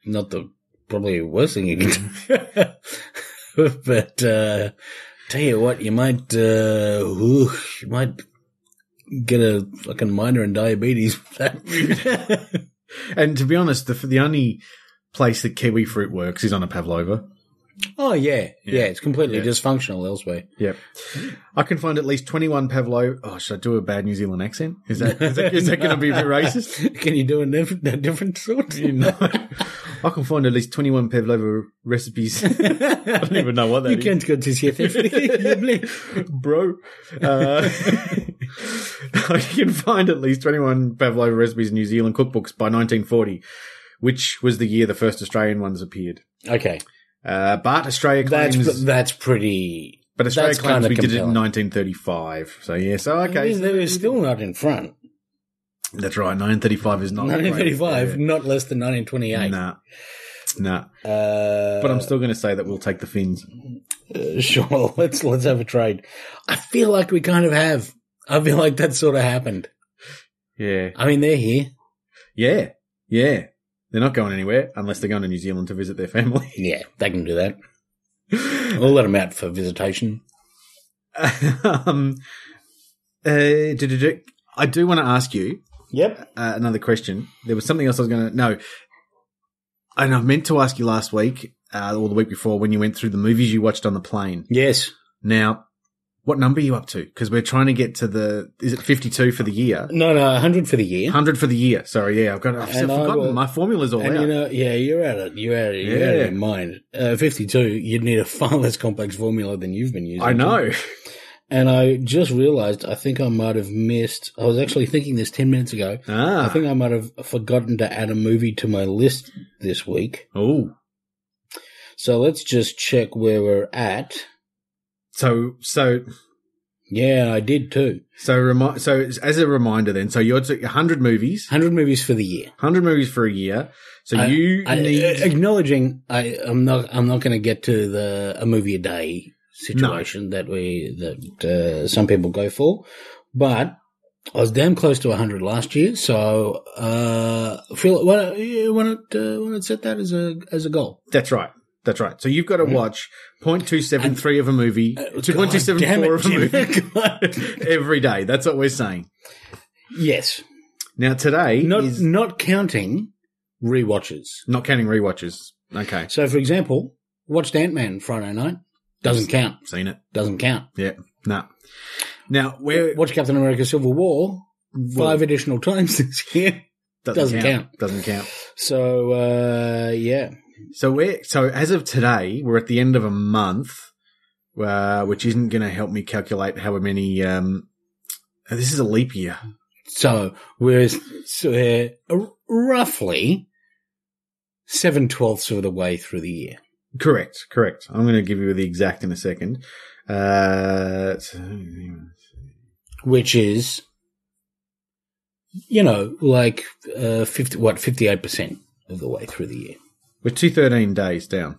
C: not the probably worst thing you can do. but uh, tell you what, you might uh, ooh, you might get a fucking minor in diabetes. for that.
A: And to be honest, the, the only place that kiwi fruit works is on a pavlova.
C: oh yeah, yeah,
A: Yeah.
C: it's completely
A: Yeah.
C: dysfunctional elsewhere.
A: Yep. I can find at least 21 pavlova. Oh, should I do a bad New Zealand accent? Is that, is that, is that going to be a bit racist?
C: Can you do a, diff- a different sort?
A: You know, I can find at least 21 pavlova recipes. I don't even know what that
C: You
A: is.
C: can't go to CFF.
A: Bro. Uh, I can find at least 21 pavlova recipes in New Zealand cookbooks by 1940, which was the year the first Australian ones appeared.
C: okay,
A: Uh, but Australia
C: that's
A: claims,
C: pr- that's pretty.
A: but Australia
C: that's
A: claims
C: kinda
A: we did it in
C: compelling.
A: 1935. So yeah, so okay,
C: They're- they're still not in front.
A: that's right. 1935 is not great.
C: 1935,
A: Yeah.
C: not less than 1928.
A: Nah, nah.
C: Uh,
A: But I'm still going to say that we'll take the fins.
C: uh, sure. Let's let's have a trade. I feel like we kind of have. I feel like that sort of happened.
A: Yeah,
C: I mean, they're here.
A: Yeah, yeah. They're not going anywhere unless they're going to New Zealand to visit their family.
C: Yeah, they can do that. We'll let them out for visitation.
A: um, uh, du-du-du. I do want to ask you
C: Yep.
A: uh, another question. There was something else I was going to know, and I meant to ask you last week uh, or the week before when you went through the movies you watched on the plane.
C: Yes.
A: Now, what number are you up to? Because we're trying to get to the is it fifty two for the year,
C: No, no, 100 for the year.
A: hundred for the year. Sorry, yeah, I've got I've
C: And I
A: forgotten
C: will-
A: my formula's all
C: And
A: out.
C: you know, yeah, you're out of you're out of, you're out
A: Yeah.
C: of your mind. Uh, 52, you'd need a far less complex formula than you've been using.
A: I know.
C: And I just realised, I think I might have missed. I was actually thinking this 10 minutes ago. I
A: ah,
C: think I might have forgotten to add a movie to my list this week.
A: oh,
C: So let's just check where we're at.
A: so so
C: Yeah, I did too.
A: So, remi- so it's- as a reminder, then, so you're t- 100 movies,
C: 100 movies for the year.
A: 100 movies for a year. So
C: I-
A: you uh,
C: I- uh,
A: need.
C: acknowledging I, I'm not I'm not going to get to the a movie a day situation that we that uh, some people go for, but I was damn close to 100 last year, so uh, feel why not, yeah, why not uh, why not set that as a as a goal?
A: that's right. That's right. So you've got to watch 0.273 of a movie,
C: Mm-hmm. Uh, God damn it,
A: 2.274 of a movie
C: Jim. God.
A: every day. That's what we're saying.
C: yes,
A: Now, today
C: not
A: is
C: not counting rewatches.
A: not counting rewatches. Okay.
C: So, for example, watched Ant Man Friday night. Doesn't count.
A: Seen it.
C: Doesn't count.
A: Yeah. Nah. Now, we're.
C: Watched Captain America Civil War
A: well,
C: five additional times this year. Doesn't count.
A: Doesn't count.
C: So uh, yeah,
A: So we're so as of today, we're at the end of a month, uh, which isn't going to help me calculate how many. Um, this is a leap year.
C: so we're so we're r- roughly seven twelfths of the way through the year.
A: Correct, correct. I'm going to give you the exact in a second. Uh, so-
C: which is, you know, like uh, fifty what fifty eight percent of the way through the year.
A: we're two thirteen days down.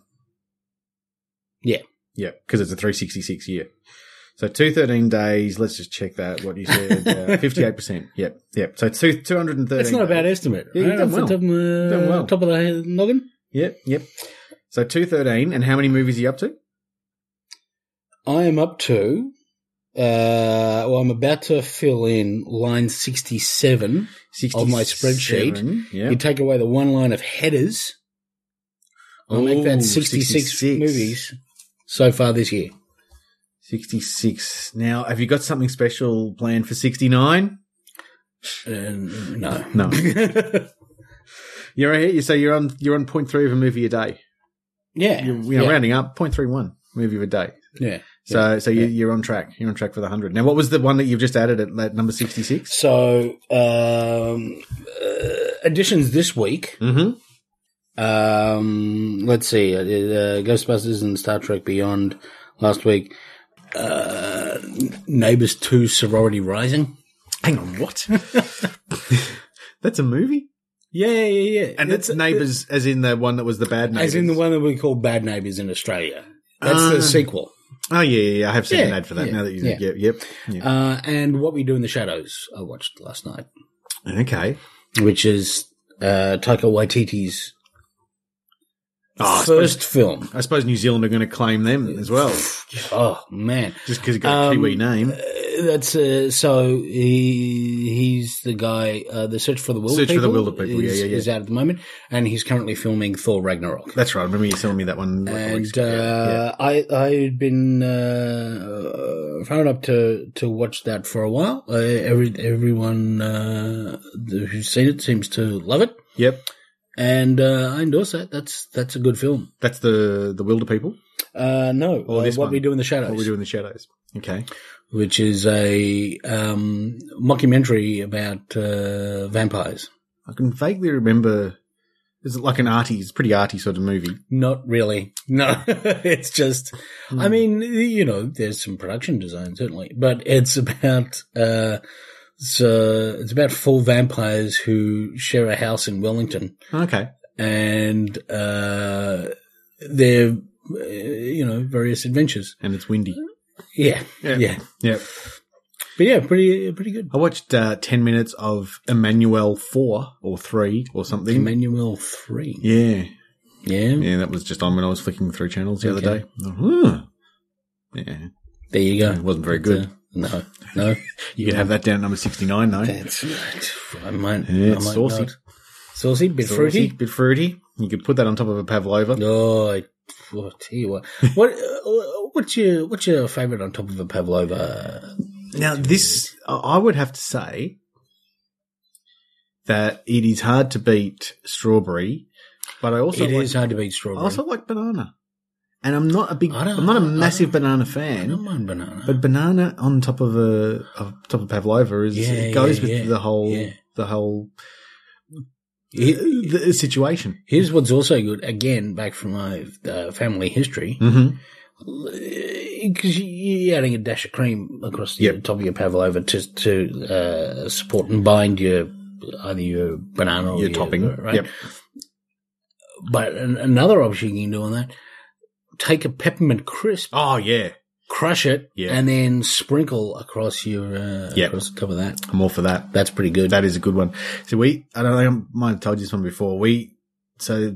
C: Yeah.
A: yeah, because it's a three sixty six year. So two thirteen days. Let's just check that. What you said, fifty eight percent. Yep, yep. So two two hundred thirteen.
C: That's not a bad eh? estimate.
A: Yeah, you've
C: right?
A: done
C: Off the
A: well.
C: Top, uh,
A: Done well.
C: top of the noggin.
A: Yep, yep. So two thirteen. And how many movies are you up to?
C: I am up to. Uh, well, I'm about to fill in line 67.
A: 60
C: Of my spreadsheet.
A: Yeah.
C: You take away the one line of headers. I'll make
A: Ooh,
C: that 66,
A: 66.
C: movies so far this year.
A: 66. Now, have you got something special planned for 69?
C: Uh, no.
A: No. You're right here. So you're on, you're on 0.3 of a movie a day.
C: yeah.
A: You're, you know,
C: yeah.
A: rounding up 0.31 movie a day.
C: yeah.
A: So, so you, you're on track. You're on track for the 100. Now, what was the one that you've just added at like, number 66?
C: So, um, uh, additions this week.
A: Mm-hmm.
C: Um, let's see. Uh, uh, Ghostbusters and Star Trek Beyond last week. Uh, Neighbors 2 Sorority Rising.
A: Hang on. What? That's a movie?
C: Yeah, yeah, yeah. yeah.
A: And that's Neighbours, as in the one that was the bad neighbors.
C: As in the one that we call Bad Neighbors in Australia. That's
A: Ah.
C: the sequel.
A: Oh, yeah, yeah, yeah. I have seen
C: Yeah,
A: an ad for that
C: yeah,
A: now that you,
C: yeah.
A: yep, yep. Yeah.
C: Uh, and What We Do in the Shadows, I watched last night, Uh,
A: okay.
C: which is uh, Taika Waititi's
A: Oh, I suppose-
C: first film.
A: I suppose New Zealand are going to claim them as well,
C: Oh, man.
A: just because it's got a
C: Um,
A: Kiwi name.
C: Uh, that's uh, so he he's the guy uh, the search for the will
A: Search for
C: people
A: the Will of People, yeah,
C: is,
A: yeah, yeah.
C: is out at the moment and he's currently filming Thor Ragnarok
A: That's right. I remember you telling me that one. like, a week
C: and
A: ago. Yeah.
C: uh, I I'd been uh, found up to to watch that for a while uh, every everyone uh, who's seen it seems to love it
A: Yep.
C: and uh, I endorse that that's that's a good film
A: That's the the Wilder people.
C: uh, no
A: Or
C: uh,
A: this
C: what
A: one.
C: we do in the shadows
A: What we do in the shadows. Okay.
C: which is a um, mockumentary about uh, vampires.
A: I can vaguely remember. Is it like an arty? It's a pretty arty sort of movie.
C: Not really. No, it's just. I
A: Hmm.
C: mean, you know, there's some production design certainly, but it's about. Uh, so it's about four vampires who share a house in Wellington,
A: Okay.
C: and uh, their uh, you know various adventures.
A: And it's windy.
C: Yeah,
A: Yeah.
C: yeah,
A: Yep.
C: But yeah, pretty pretty good.
A: I watched uh, ten minutes of Emmanuel four or three or something.
C: Emmanuel three.
A: yeah.
C: Yeah.
A: Yeah. That was just on when I was flicking through channels the other
C: Okay.
A: day. Huh. Yeah.
C: There you go. uh,
A: It wasn't very good.
C: no, no.
A: You could have that down at number sixty nine though.
C: That's I might.
A: Yeah,
C: I
A: it's
C: might
A: saucy.
C: not. Saucy, bit
A: Saucy,
C: fruity.
A: Bit fruity. You could put that on top of a pavlova.
C: Oh, I, oh, tell you what. what uh, what's your what's your favourite on top of a pavlova?
A: Now, this, I I would have to say that it is hard to beat strawberry, but I also,
C: It
A: like,
C: is hard to beat
A: I
C: strawberry.
A: also like banana. And I'm not a big,
C: I don't-
A: I'm not a
C: I don't-
A: massive banana
C: I don't
A: fan,
C: mind banana.
A: but banana on top of a, of top of pavlova is,
C: Yeah,
A: it goes
C: yeah,
A: with
C: yeah,
A: the whole,
C: yeah.
A: the whole
C: He-
A: the situation.
C: Here's what's also good. Again, back from my uh, family history,
A: Mm-hmm.
C: because you're adding a dash of cream across the
A: Yep.
C: top of your pavlova to to uh, support and bind your either your banana or
A: Your topping.
C: Oh, right?
A: Yep.
C: But an- another option you can do on that, take a peppermint crisp,
A: Oh, yeah.
C: crush it,
A: Yeah.
C: and then sprinkle across your uh,
A: Yep.
C: across the top of that.
A: I'm all for that.
C: That's pretty good.
A: That is a good one. So we, I don't know, I might have told you this one before. We, so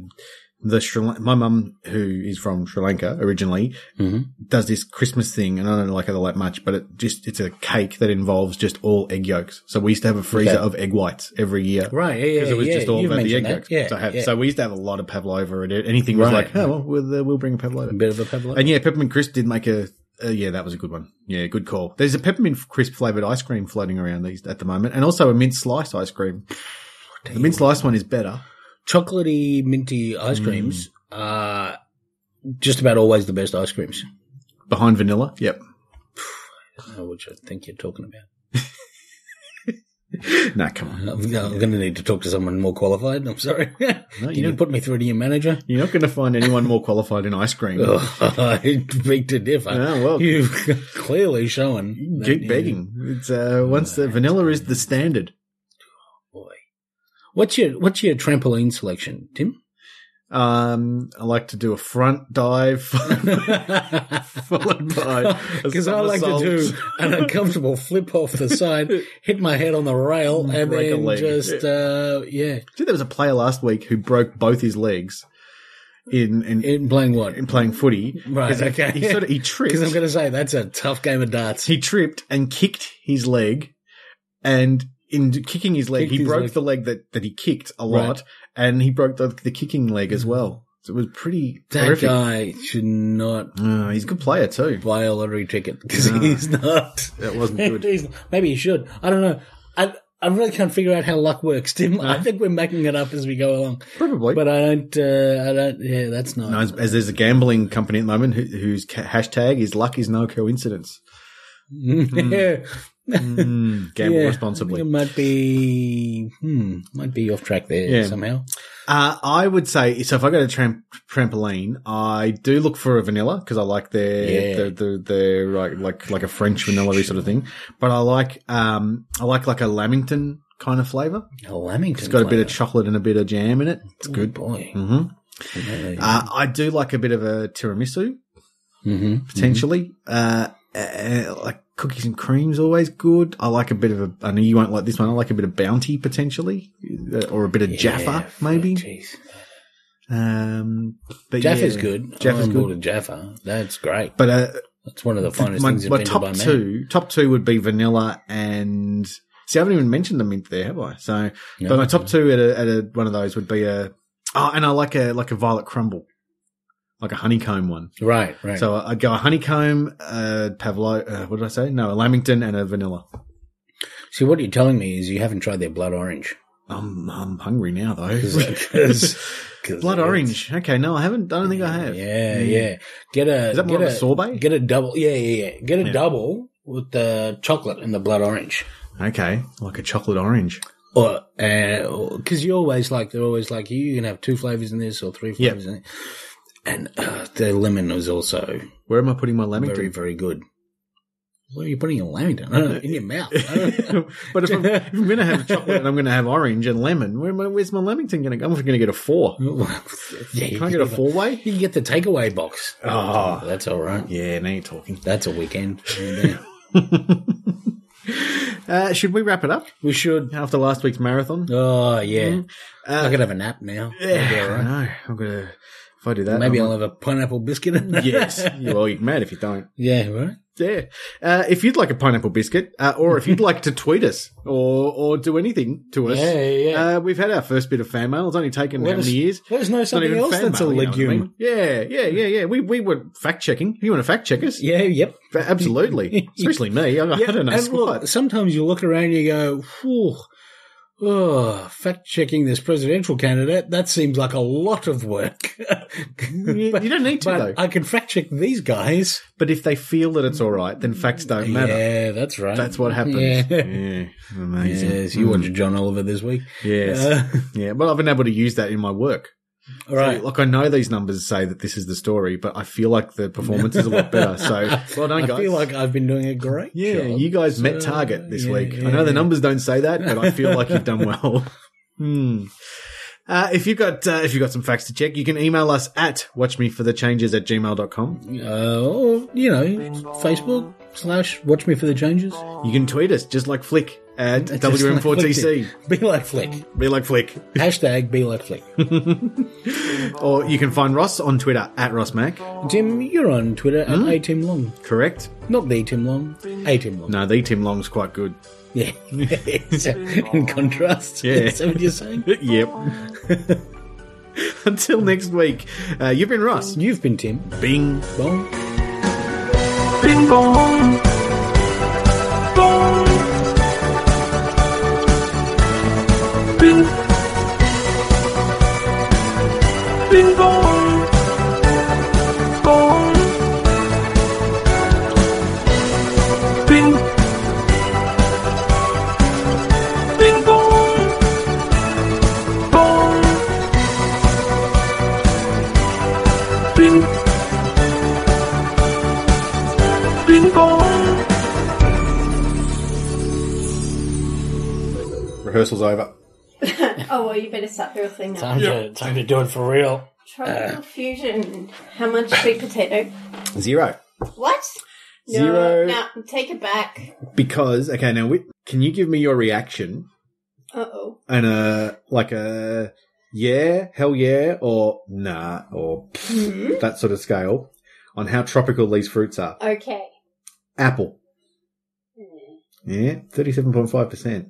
A: the Sri Lan- my mum, who is from Sri Lanka originally,
C: Mhm.
A: does this Christmas thing, and I don't like it all that much, but it just, it's a cake that involves just all egg yolks. So we used to have a freezer
C: Okay.
A: of egg whites every year.
C: Right, yeah, yeah,
A: Because it was
C: yeah.
A: just all
C: You've
A: about the egg
C: mentioned
A: yolks.
C: that. Yeah,
A: so, I have,
C: yeah.
A: so we used to have a lot of pavlova, and it- anything was
C: Right.
A: like, oh, well, we'll, uh, we'll bring a pavlova.
C: a bit of a pavlova.
A: And yeah, peppermint crisp did make a. Uh, yeah, that was a good one. Yeah, good call. There's a peppermint crisp flavored ice cream floating around these at the moment, and also a mint slice ice cream. The mint slice one is better.
C: chocolatey, minty
A: Mm.
C: ice creams are just about always the best ice creams.
A: Behind vanilla. Yep.
C: I don't know uh, which I think you're talking about.
A: Nah, come on.
C: I'm, I'm going to need to talk to someone more qualified. I'm sorry.
A: No,
C: Can
A: you
C: you
A: don't-
C: put me through to your manager?
A: You're not going to find anyone more qualified in ice cream.
C: Oh, I beg to differ.
A: Yeah, well-
C: You've clearly shown. that
A: Keep
C: you-
A: begging. It's uh, once the vanilla is the standard.
C: Boy. What's your What's your trampoline selection, Tim?
A: Um, I like to do a front dive. Followed by a
C: Because I like to do
A: somersault.
C: an uncomfortable flip off the side, hit my head on the rail, and
A: Break Mm, a
C: then
A: leg.
C: just uh, yeah,
A: Dude, there was a player last week who broke both his legs in in, in,
C: in playing what?
A: playing footy.
C: Right,
A: 'Cause he-
C: okay.
A: He, sort of he tripped.
C: Because I'm going to say that's a tough game of darts.
A: he tripped and kicked his leg, and in d- kicking his leg,
C: Kicked
A: he
C: his
A: broke
C: leg.
A: the leg that that he kicked a lot, and he broke the, the kicking leg
C: Mm.
A: as well. So it was pretty
C: That
A: horrific.
C: guy should not
A: Uh, he's a good player too.
C: buy a lottery ticket because he's not.
A: That wasn't good.
C: He's- Maybe he should. I don't know. I I really can't figure out how luck works, Tim. I think we're making it up as we go along.
A: Probably.
C: But I don't. Uh, I don't. Yeah, that's not.
A: No, as, as there's a gambling company at the moment who, whose ca- hashtag is luck is no coincidence.
C: yeah.
A: Mm, gamble
C: Yeah.
A: responsibly.
C: I think it might be. Hmm. Might be off track there
A: Yeah.
C: somehow.
A: Uh, I would say so. If I go to tram- trampoline, I do look for a vanilla because I like their
C: Yeah.
A: their, their, their like like like a French vanilla sort of thing. But I like um I like like a lamington kind of flavour.
C: Oh, Lamington.
A: It's got a bit of chocolate and a bit of jam in it. It's good.
C: boy.
A: hmm
C: Yeah.
A: Uh, I do like a bit of a tiramisu
C: Mhm.
A: potentially. Uh, uh, like cookies and cream's always good. I like a bit of a. I know you won't like this one. I like a bit of bounty potentially, uh, or a bit of Jaffa
C: Yeah,
A: maybe.
C: jeez.
A: Um, but
C: Jaffa's
A: yeah.
C: good.
A: Jaffa's
C: I'm on board
A: good.
C: with Jaffa. That's great.
A: But uh,
C: That's one of the finest
A: my,
C: things
A: my
C: invented by
A: top
C: man.
A: two, top two would be vanilla and see. I haven't even mentioned the mint there, have I? So,
C: No.
A: but my top two at a, at a, one of those would be a. Oh, and I like a like a violet crumble, like a honeycomb one.
C: Right, right.
A: So I'd go a honeycomb, uh, Pavlo. Uh, what did I say? No, a lamington and a vanilla.
C: See, what you're telling me is you haven't tried their blood orange.
A: I'm I'm hungry now though.
C: 'Cause- 'Cause
A: Blood
C: it's-
A: orange. Okay, no, I haven't. I don't think I have.
C: Yeah,
A: Mm.
C: yeah. Get a
A: Is that more
C: get
A: of a sorbet?
C: Get a double. Yeah, yeah, yeah. Get a
A: Yeah.
C: double with the chocolate and the blood orange.
A: Okay, like a chocolate orange.
C: Or because you always like they're always like you can have two flavors in this or three
A: Yeah.
C: flavors in it. And uh, the lemon was also
A: Where am I putting my lamington?
C: very very good. Where are you putting your lamington? I don't know, in your mouth. Uh, I don't know.
A: but if I'm, if I'm going to have chocolate and I'm going to have orange and lemon, where am I, where's my Lamington going to go? I'm going to get a four.
C: yeah,
A: Can I get a four way?
C: You can get the takeaway box.
A: Ah.
C: that's all right.
A: Yeah, now you're talking.
C: That's a weekend. Yeah.
A: Uh, should we wrap it up
C: we should.
A: after last week's marathon?
C: Oh yeah, I
A: Uh,
C: could have a nap now. That'd be
A: yeah,
C: all
A: I
C: right.
A: know. I'm going to, if I do that.
C: Maybe
A: I'm-
C: I'll have a pineapple biscuit.
A: Yes. You- well, you're mad if you don't.
C: yeah. Right.
A: Yeah. Uh, if you'd like a pineapple biscuit, uh, or if you'd like to tweet us or, or do anything to us,
C: Yeah, yeah, yeah.
A: Uh, we've had our first bit of fan mail. It's only taken how
C: Let us,
A: many years?
C: let us know
A: It's not
C: something
A: even
C: else
A: fan
C: that's
A: mail,
C: a
A: you know what I
C: legume.
A: mean? Yeah, yeah, yeah, yeah. We we were fact checking. You want to fact check us?
C: Yeah. Yep.
A: Fa- Absolutely, especially me. I, I don't know
C: and
A: squat.
C: look, sometimes you look around and you go, Whew, oh, fact checking this presidential candidate, that seems like a lot of work.
A: you, you don't need to
C: but
A: Mm, though.
C: I can fact check these guys.
A: but if they feel that it's all right, then facts don't matter.
C: Yeah, that's right.
A: That's what happens.
C: Yeah.
A: amazing.
C: Yes, you watched John Oliver this week.
A: Yes.
C: Uh,
A: yeah. Well, I've been able to use that in my work.
C: all right.
A: Like I know these numbers say that this is the story, but I feel like the performance is a lot better. So well done,
C: I
A: guys.
C: feel like I've been doing a great
A: yeah,
C: job.
A: you guys met
C: So,
A: target this
C: yeah,
A: week.
C: yeah,
A: I know the
C: yeah.
A: numbers don't say that, but I feel like you've done well. Hmm. Uh, if you've got uh, if you've got some facts to check, you can email us at watchmeforthechanges at gmail.com.
C: Uh, or, you know, Facebook slash Watch Me for the Changes.
A: You can tweet us just like Flick at
C: Just like
A: WM4TC.
C: Flick did. Be like Flick.
A: Be like Flick.
C: Hashtag be like Flick.
A: Or you can find Ross on Twitter at RossMac.
C: Tim, you're on Twitter at A Tim Long.
A: Correct?
C: Not the Tim Long, A Tim Long.
A: No, the Tim Long's quite good.
C: Yeah. So, in contrast.
A: Yeah.
C: Is that what you're saying?
A: yep. Until next week, uh, you've been Ross.
C: You've been Tim.
A: Bing.
C: Bye.
D: Bing bong. Bong. Bing. bing bong, bong, bing, bing bong, bong, bing, bing bong.
E: Rehearsal's over.
F: Oh well, you better start the real thing now.
C: Time, to, time to do it for real.
F: Tropical fusion. How much sweet potato?
E: Zero.
F: What? No,
A: Zero.
F: No, take it back.
A: Because okay, now we, can you give me your reaction
F: Uh oh.
A: and a like a yeah, hell yeah, or nah, or
F: Hmm?
A: pfft, that sort of scale on how tropical these fruits are?
F: Okay.
A: Apple, yeah, thirty-seven point five percent.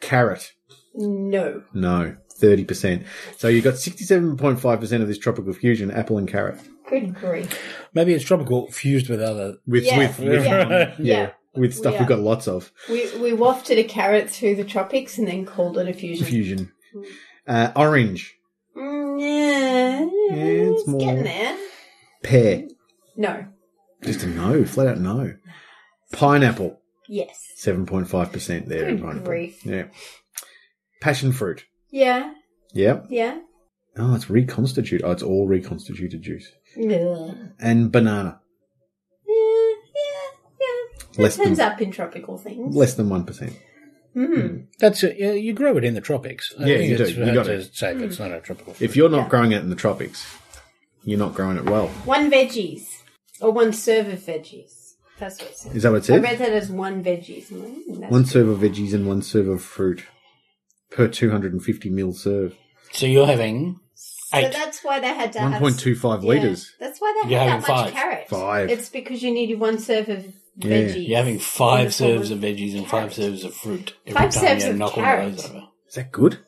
A: Carrot,
F: No.
A: no, thirty percent. So you got sixty-seven point five percent of this tropical fusion: apple and carrot.
F: Good grief.
C: Maybe it's tropical fused with other.
A: With
F: Yeah,
A: with with
F: yeah.
A: yeah.
F: Yeah.
A: with stuff
F: Yeah.
A: we've got lots of.
F: We we wafted a carrot through the tropics and then called it a fusion.
A: Fusion.
F: Hmm.
A: Uh, orange,
F: Mm, yeah,
A: Yeah, it's
F: it's,
A: more-
F: getting there.
A: pear.
F: No.
A: Just a no, flat out no. Pineapple,
F: Yes.
A: seven point five percent there.
F: Good
A: pineapple.
F: grief.
A: Yeah. Passion fruit.
F: Yeah.
A: Yeah.
F: Yeah.
A: Oh, it's reconstitute. Oh, it's all reconstituted juice.
F: Yeah.
A: And banana,
F: Yeah. Yeah.
A: Less
F: It turns
A: than-
F: up in tropical things.
A: less than one percent.
F: Mm.
C: That's it. You, you grow it in the tropics. I
A: Yeah,
C: think
A: you do.
C: it's
A: You
C: hard
A: got
C: to
A: it.
C: say that it's not a tropical.
A: If you're not growing it in the tropics, you're not growing it well.
F: One veggies or one serve of veggies. That's what it says.
A: Is that what it
F: I
A: says?
F: read that as one veggies. I'm like, mm, that's
A: One serve of veggies and one serve of fruit per two hundred and fifty mil serve.
C: so you're having
F: So
C: eight.
F: that's why they had to
A: One
F: have
A: point two five
F: yeah.
A: liters.
F: That's why they
C: You're
F: had that
C: having five.
F: much carrot.
A: Five.
F: It's because you needed one serve of
A: Yeah.
F: veggies.
C: You're having five
F: Wonderful.
C: serves of veggies and five serves of fruit every
F: Five
C: time
F: serves
C: you
F: of
C: knock one of those
F: carrot.
C: over.
A: Is that good?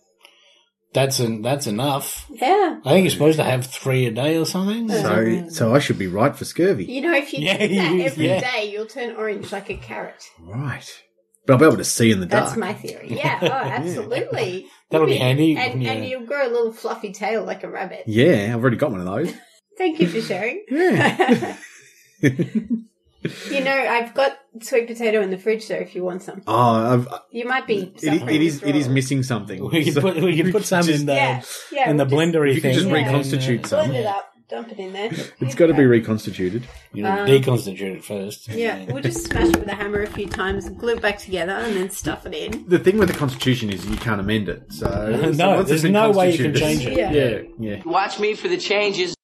C: That's en- that's enough.
F: Yeah.
C: I think you're supposed to have three a day or something.
A: So, so I should be right for scurvy.
F: You know, if you
C: Yeah,
F: do that
C: you-
F: every
C: yeah.
F: day, you'll turn orange like a carrot.
A: Right. But I'll be able to see in the dark.
F: That's my theory. Yeah, oh, absolutely.
C: That'll be handy,
F: And, and
C: yeah.
F: you'll grow a little fluffy tail like a rabbit.
A: yeah, I've already got one of those.
F: Thank you for sharing.
A: Yeah.
F: You know, I've got sweet potato in the fridge, so if you want some,
A: Oh, I've,
F: you might be.
A: it,
F: suffering
A: it is
F: with
A: it is
F: withdrawal.
A: missing something.
C: we can
A: So-
C: put we can put some in the
F: Yeah, yeah.
C: in the
F: we'll just
C: blendery
A: You
C: thing.
A: can just
C: and, uh,
A: reconstitute some.
F: Blend it up, dump it in there.
A: it's got to be reconstituted.
C: You deconstitute it first.
F: Yeah, we'll just smash it with a hammer a few times, glue it back together, and then stuff it in.
A: The thing with the Constitution is you can't amend it. So so
C: No,
A: once it's
C: there's
A: been
C: no way you can
A: constituted-
C: change it.
F: Yeah.
A: Yeah, yeah.
B: Watch me for the changes.